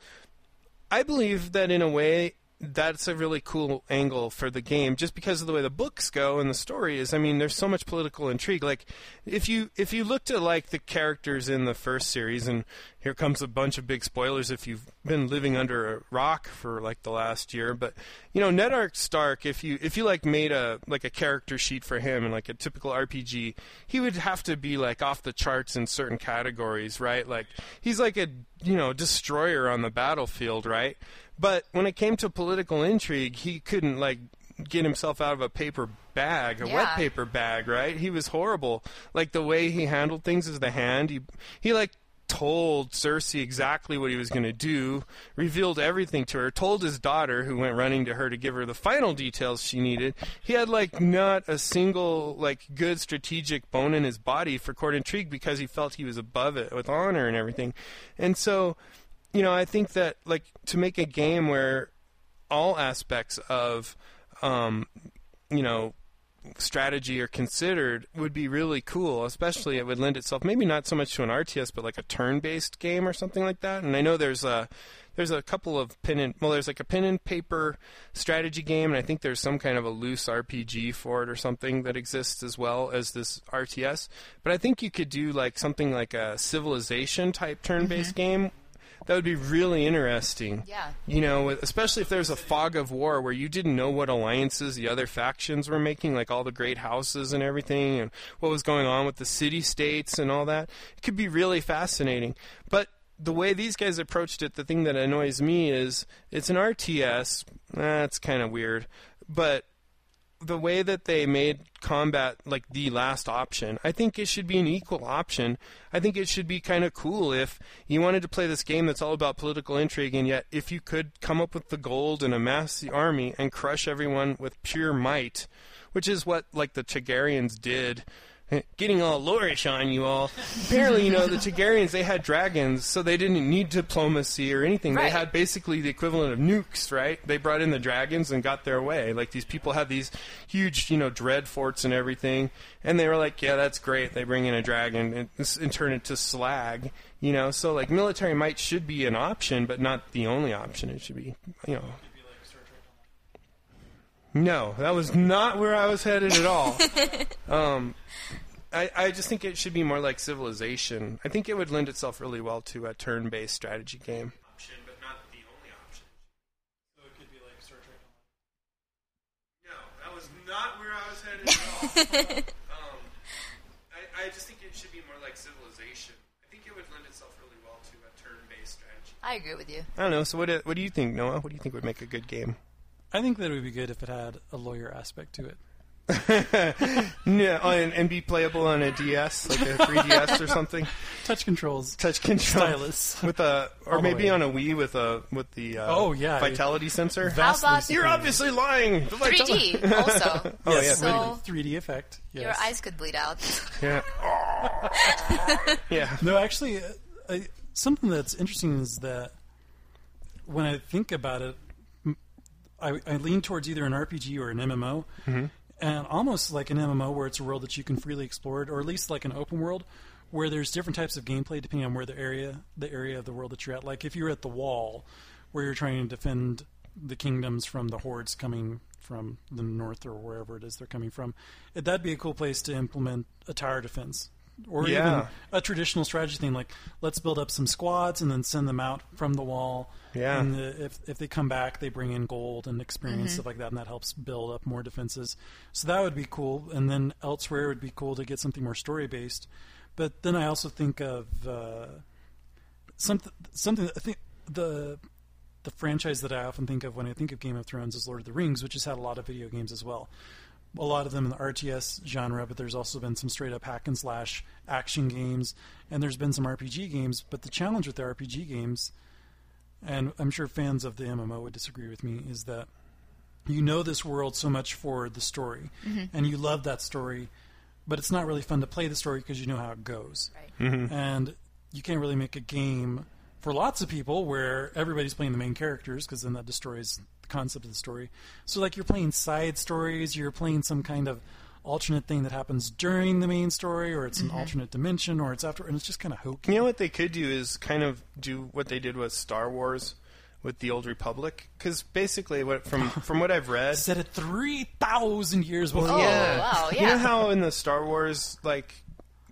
Speaker 4: I believe that in a way that's a really cool angle for the game just because of the way the books go and the story is i mean there's so much political intrigue like if you if you looked at like the characters in the first series and here comes a bunch of big spoilers if you've been living under a rock for like the last year but you know nedark stark if you if you like made a like a character sheet for him and like a typical rpg he would have to be like off the charts in certain categories right like he's like a you know destroyer on the battlefield right but when it came to political intrigue, he couldn't like get himself out of a paper bag, a wet
Speaker 5: Yeah.
Speaker 4: paper bag, right? He was horrible. Like the way he handled things as the hand, he he like told Cersei exactly what he was going to do, revealed everything to her, told his daughter who went running to her to give her the final details she needed. He had like not a single like good strategic bone in his body for court intrigue because he felt he was above it with honor and everything. And so you know, I think that like to make a game where all aspects of, um, you know, strategy are considered would be really cool. Especially, it would lend itself maybe not so much to an RTS, but like a turn-based game or something like that. And I know there's a there's a couple of pen and well, there's like a pen and paper strategy game, and I think there's some kind of a loose RPG for it or something that exists as well as this RTS. But I think you could do like something like a Civilization type turn-based game. That would be really interesting.
Speaker 5: Yeah.
Speaker 4: You know, with- especially if there's a fog of war where you didn't know what alliances the other factions were making, like all the great houses and everything, and what was going on with the city states and all that. It could be really fascinating. But the way these guys approached it, the thing that annoys me is it's an RTS. That's kind of weird. But the way that they made combat like the last option, I think it should be an equal option. I think it should be kind of cool if you wanted to play this game that's all about political intrigue, and yet if you could come up with the gold and amass the army and crush everyone with pure might, which is what like the Targaryens did. Eh, Getting all lorish on you all. Apparently, you know, the Targaryens, they had dragons, so they didn't need diplomacy or anything. They
Speaker 5: Right.
Speaker 4: had basically the equivalent of nukes, right? They brought in the dragons and got their way. Like these people had these huge, you know, dread forts and everything, and they were like, "Yeah, that's great." They bring in a dragon and, and turn it to slag, you know. So like, military might should be an option, but not the only option. It should be, you know. No, that was not where I was headed at all. um, I, I just think it should be more like Civilization. I think it would lend itself really well to a turn-based strategy game. No, that was not where I was headed at all. um, I, I just think it should be more like Civilization. I think it would lend itself really well to a turn-based strategy.
Speaker 5: I agree with you.
Speaker 4: I don't know. So what? do- What do you think, Noah? What do you think would make a good game?
Speaker 3: I think that it would be good if it had a lawyer aspect to it.
Speaker 4: Yeah, oh, and, and be playable on a DS, like a 3DS or something.
Speaker 3: Touch controls.
Speaker 4: Touch control
Speaker 3: Stylus.
Speaker 4: with a, or
Speaker 3: All the
Speaker 4: maybe
Speaker 3: way.
Speaker 4: on a Wii with a with the uh,
Speaker 3: Oh, yeah.
Speaker 4: vitality sensor. Ah,
Speaker 5: How about
Speaker 3: superior.
Speaker 4: You're obviously lying. The vitality-
Speaker 5: 3D also?
Speaker 4: Oh yeah,
Speaker 5: So-
Speaker 4: really.
Speaker 3: 3D effect. Yes.
Speaker 5: Your eyes could bleed out.
Speaker 4: yeah. yeah.
Speaker 3: No, actually, uh, I, something that's interesting is that when I think about it, m- I, I lean towards either an RPG or an MMO, and almost like an MMO where it's a world that you can freely explore, or at least like an open world where there's different types of gameplay depending on where the area, the area of the world that you're at. Like if you're at the wall, where you're trying to defend the kingdoms from the hordes coming from the north or wherever it is they're coming from, it- that'd be a cool place to implement a tower defense. Or even
Speaker 4: Yeah.
Speaker 3: a traditional strategy thing like let's build up some squads and then send them out from the wall
Speaker 4: Yeah.
Speaker 3: and the, if, if they come back they bring in gold and experience stuff like that and that helps build up more defenses so that would be cool and then elsewhere it would be cool to get something more story based but then i also think of uh, something something i think the the franchise that i often think of when i think of game of thrones is lord of the rings which has had a lot of video games as well a lot of them in the RTS genre, but there's also been some straight up hack and slash action games, and there's been some RPG games. But the challenge with the RPG games, and I'm sure fans of the MMO would disagree with me, is that you know this world so much for the story, and you love that story, but it's not really fun to play the story because you know how it goes.
Speaker 4: Mm-hmm.
Speaker 3: And you can't really make a game for lots of people where everybody's playing the main characters because then that destroys the the concept of the story. So like you're playing side stories, you're playing some kind of alternate thing that happens during the main story, or it's an
Speaker 4: Mm-hmm.
Speaker 3: alternate dimension, or it's after, and it's just kind of hokey.
Speaker 4: You know what they could do is kind of do what they did with Star Wars with the Old Republic, because basically, what from from what I've read,
Speaker 3: Set it three thousand years before.
Speaker 5: Oh, wow,
Speaker 4: You know
Speaker 5: yeah.
Speaker 4: how in the Star Wars like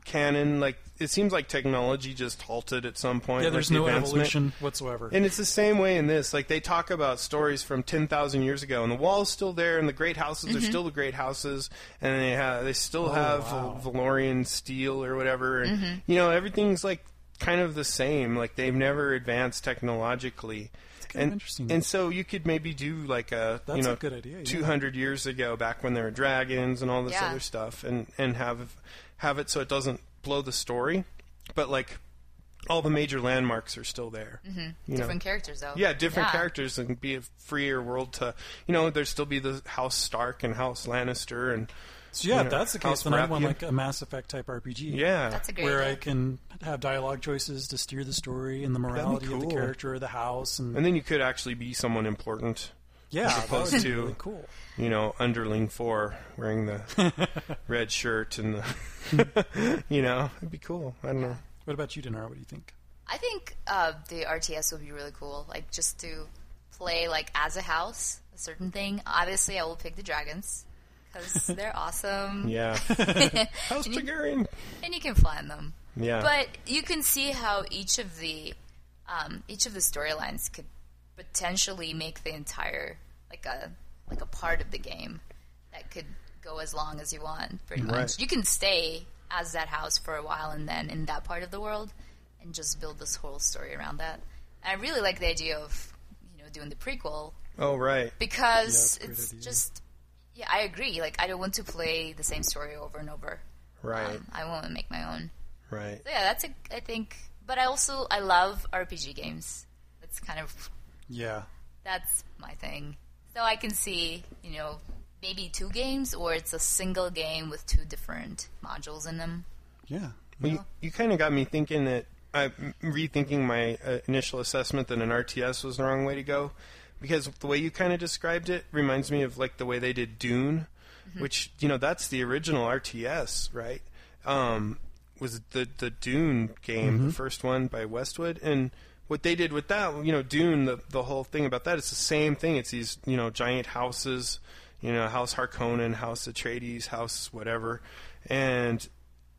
Speaker 4: canon, like it seems like technology just halted at some point.
Speaker 3: yeah,
Speaker 4: like,
Speaker 3: there's
Speaker 4: the
Speaker 3: no
Speaker 4: advancement.
Speaker 3: evolution whatsoever.
Speaker 4: And it's the same way in this. Like they talk about stories from ten thousand years ago, and the wall's still there, and the great houses
Speaker 3: Mm-hmm.
Speaker 4: are still the great houses, and they have they still have
Speaker 3: Oh, wow. Mm-hmm.
Speaker 4: Val- Valorian steel or whatever, and you know everything's like kind of the same. Like they've never advanced technologically.
Speaker 3: kind of
Speaker 4: and,
Speaker 3: interesting.
Speaker 4: and so you could maybe do like a
Speaker 3: That's
Speaker 4: you know
Speaker 3: a good idea, yeah.
Speaker 4: two hundred years ago back when there were dragons and all this
Speaker 5: Yeah.
Speaker 4: other stuff and and have have it so it doesn't blow the story, but like all the major landmarks are still there. Mm-hmm. You
Speaker 5: Different
Speaker 4: know?
Speaker 5: characters, though.
Speaker 4: Yeah, different
Speaker 5: Yeah.
Speaker 4: characters and be a freer world to you know. There'd still be the House Stark and House Lannister and
Speaker 3: so yeah,
Speaker 4: you
Speaker 3: if
Speaker 4: know,
Speaker 3: that's the case,
Speaker 4: House
Speaker 3: then I want
Speaker 4: Baratheon.
Speaker 3: like a Mass Effect type RPG.
Speaker 4: yeah.
Speaker 5: That's a great
Speaker 3: where
Speaker 5: idea.
Speaker 3: I can have dialogue choices to steer the story and the morality of
Speaker 4: cool.
Speaker 3: the character or the house, and,
Speaker 4: and then you could actually be someone important.
Speaker 3: yeah, that
Speaker 4: opposed
Speaker 3: would be
Speaker 4: to-
Speaker 3: really cool.
Speaker 4: You know, underling four wearing the red shirt and the you know, it'd be cool. I don't know.
Speaker 3: What about you, Dinar? What do you think?
Speaker 5: I think uh, the RTS would be really cool. Like just to play like as a house, a certain thing. Obviously, I will pick the dragons because they're awesome,
Speaker 4: Yeah, House Targaryen.
Speaker 5: and you can fly in them.
Speaker 4: Yeah,
Speaker 5: But you can see how each of the um, each of the storylines could potentially make the entire like a like a part of the game that could go as long as you want. Pretty much,
Speaker 4: Right.
Speaker 5: you can stay as that house for a while, and then in that part of the world, and just build this whole story around that. And I really like the idea of you know doing the prequel
Speaker 4: oh right.
Speaker 5: because
Speaker 3: Yeah, that's a great
Speaker 5: it's
Speaker 3: idea.
Speaker 5: just yeah, I agree. Like I don't want to play the same story over and over. Um,
Speaker 4: Right,
Speaker 5: I want to make my own.
Speaker 4: right.
Speaker 5: So yeah, that's a, I think. But I also I love RPG games. That's kind of
Speaker 3: Yeah,
Speaker 5: that's my thing. So I can see you know maybe two games or it's a single game with two different modules in them.
Speaker 3: yeah.
Speaker 4: Well, you, you kind of got me thinking that I'm rethinking my uh, initial assessment that an RTS was the wrong way to go because the way you kind of described it reminds me of like the way they did Dune, which you know that's the original RTS, right? Um, was the the Dune game, the first one by Westwood, and what they did with that, you know, Dune, the the whole thing about that, it's the same thing. It's these you know giant houses. You know, House Harkonnen, House Atreides, House whatever, and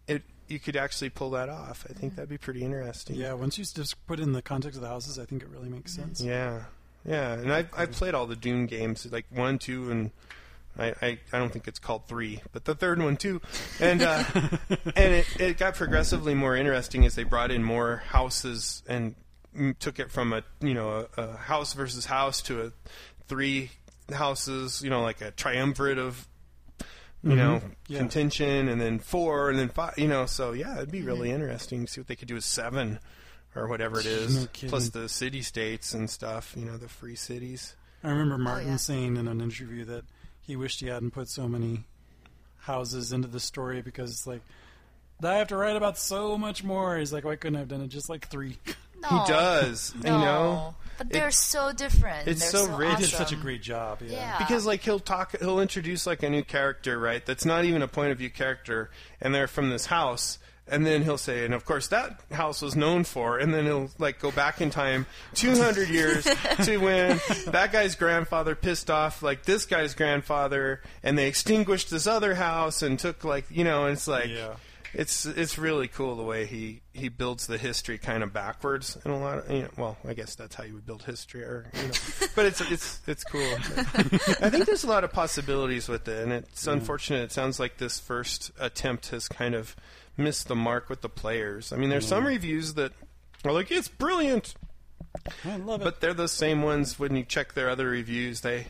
Speaker 4: it you could actually pull that off. I think that'd be pretty interesting.
Speaker 3: Yeah, once you just put in the context of the houses, I think it really
Speaker 5: Mm-hmm.
Speaker 3: makes sense.
Speaker 4: Yeah. Yeah. And I've I've played all the Dune games, like one, two, and I, I, I don't think it's called three, but the third one too, and uh, and it, it got progressively more interesting as they brought in more houses and mm, took it from a you know a, a house versus house to a three houses, you know, like a triumvirate of you know
Speaker 3: Mm-hmm. Yeah.
Speaker 4: contention, and then four, and then five, you know. So yeah, it'd be really interesting to see what they could do with seven or whatever it is,
Speaker 3: No kidding.
Speaker 4: plus the city states and stuff, you know, the free cities.
Speaker 3: I remember Martin
Speaker 5: Oh, yeah.
Speaker 3: saying in an interview that he wished he hadn't put so many houses into the story because it's like I have to write about so much more. He's like, why couldn't I have done it just like three?
Speaker 5: No,
Speaker 4: He does, you know.
Speaker 5: but
Speaker 4: It-
Speaker 5: they're so different.
Speaker 4: it's
Speaker 5: They're
Speaker 4: so rich.
Speaker 3: He did
Speaker 5: awesome.
Speaker 3: such a great job. Yeah.
Speaker 5: yeah.
Speaker 4: because like he'll talk he'll introduce like a new character right that's not even a point of view character and they're from this house and then he'll say and of course that house was known for and then he'll like go back in time 200 years to when that guy's grandfather pissed off like this guy's grandfather and they extinguished this other house and took like you know and it's like
Speaker 3: Yeah.
Speaker 4: It's it's really cool the way he, he builds the history kind of backwards in a lot of you know, well I guess that's how you would build history or you know but it's it's it's cool I think there's a lot of possibilities with it and it's unfortunate it sounds like this first attempt has kind of missed the mark with the players I mean there's some reviews that are like it's brilliant
Speaker 3: I love it.
Speaker 4: but they're the same ones when you check their other reviews they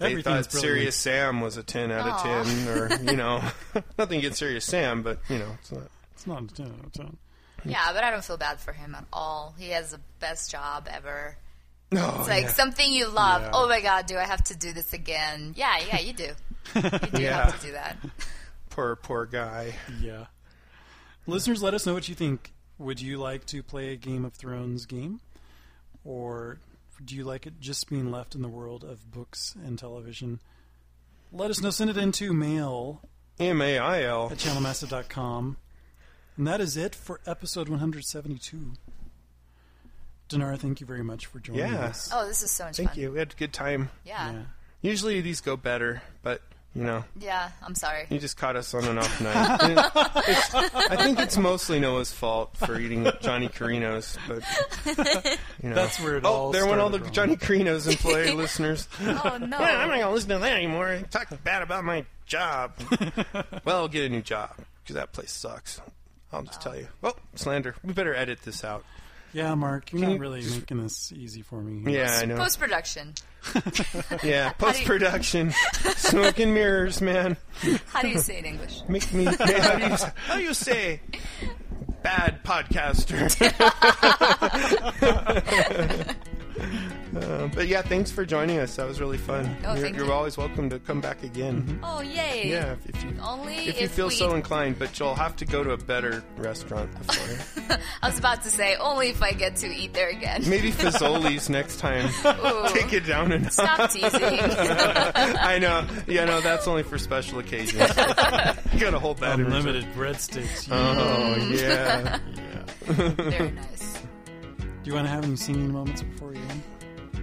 Speaker 4: they
Speaker 3: Everything's
Speaker 4: thought
Speaker 3: brilliant.
Speaker 4: Serious Sam was a 10 out
Speaker 5: Aw.
Speaker 4: of 10 or you know nothing against Serious Sam but you know it's not
Speaker 3: it's not a ton, a ton.
Speaker 5: yeah, but I don't feel bad for him at all. He has the best job ever.
Speaker 4: No,
Speaker 5: It's like
Speaker 4: Oh, yeah.
Speaker 5: something you love.
Speaker 3: Yeah.
Speaker 5: Oh my god, do I have to do this again? Yeah, yeah, you do. You do
Speaker 4: Yeah.
Speaker 5: have to do that.
Speaker 4: poor poor guy.
Speaker 3: Yeah. Listeners, let us know what you think. Would you like to play a Game of Thrones game? Or Do you like it just being left in the world of books and television? Let us know. Send it into mail
Speaker 4: M A I L.
Speaker 3: at channelmassive.com. And that is it for episode 172. Dinara, thank you very much for joining
Speaker 4: Yeah.
Speaker 3: us.
Speaker 5: Oh, this is so much
Speaker 4: Thank
Speaker 5: fun.
Speaker 4: you. We had a good time.
Speaker 5: Yeah. yeah.
Speaker 4: Usually these go better, but you know,
Speaker 5: I'm sorry.
Speaker 4: you just caught us on an off night. It's- I think it's mostly Noah's fault for eating Johnny Carino's, but you know.
Speaker 3: That's where it
Speaker 4: oh,
Speaker 3: all
Speaker 4: there went all the
Speaker 3: started wrong.
Speaker 4: Johnny Carino's employee listeners.
Speaker 5: Oh no.
Speaker 4: Yeah, I'm not gonna listen to that anymore. They Talk bad about my job. well, I'll get a new job because that place sucks. I'll just tell
Speaker 5: Oh.
Speaker 4: you. Well, slander. We better edit this out.
Speaker 3: Yeah, Mark, you're
Speaker 4: Can
Speaker 3: not
Speaker 4: you
Speaker 3: really making this easy for me.
Speaker 4: Yeah, I know.
Speaker 5: Post production.
Speaker 4: yeah, post production, smoke and mirrors, man.
Speaker 5: How do you say it in English?
Speaker 4: Make me. How do you, how do you say bad podcaster? Uh, but yeah, thanks for joining us. That was really fun.
Speaker 5: Oh,
Speaker 4: you're
Speaker 5: thank
Speaker 4: you're
Speaker 5: you.
Speaker 4: always welcome to come back again.
Speaker 5: Oh yay.
Speaker 4: Yeah, if, if you
Speaker 5: Only
Speaker 4: if you
Speaker 5: if
Speaker 4: feel
Speaker 5: we-
Speaker 4: so inclined, but you'll have to go to a better restaurant before.
Speaker 5: I was about to say only if I get to eat there again.
Speaker 4: Maybe Fazoli's next time.
Speaker 5: Ooh.
Speaker 4: Take it down and
Speaker 5: Stop teasing.
Speaker 4: I know. Yeah, no, that's only for special occasions. you gotta hold that. in reserve.
Speaker 3: Unlimited breadsticks.
Speaker 4: Oh yeah.
Speaker 5: Very nice.
Speaker 3: Do you want to have any singing moments before you end?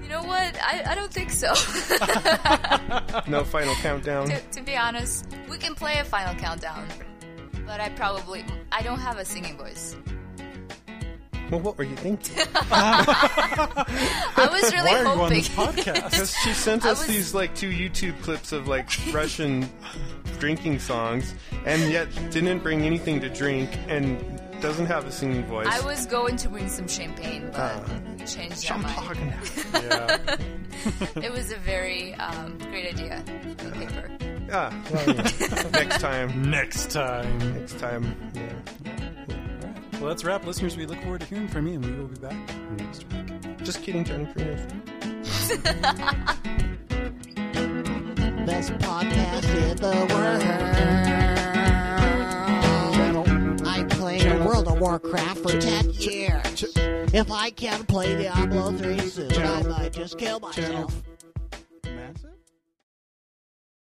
Speaker 5: You know what? I, I don't think so.
Speaker 4: No final countdown.
Speaker 5: to, to be honest, we can play a final countdown, but I probably I don't have a singing voice.
Speaker 4: Well, what were you thinking?
Speaker 5: I was really
Speaker 3: Why are you on
Speaker 5: hoping.
Speaker 3: this podcast?
Speaker 4: Because she sent
Speaker 5: I
Speaker 4: us
Speaker 5: was-
Speaker 4: these like two YouTube clips of like Russian drinking songs, and yet didn't bring anything to drink and doesn't have a singing voice.
Speaker 5: I was going to bring some champagne, but we changed our mind.
Speaker 4: Uh, Champagne.
Speaker 5: It was a very um, great idea on paper.
Speaker 4: Ah, well, yeah. next time.
Speaker 3: Next time.
Speaker 4: Next time. Yeah.
Speaker 3: Well, that's a wrap, listeners. We look forward to hearing from you, and we will be back next week.
Speaker 4: Just kidding, Johnny Carino.
Speaker 8: best podcast in the world. I played World of Warcraft for 10 years. If I can't play Diablo 3 soon, I might just kill myself.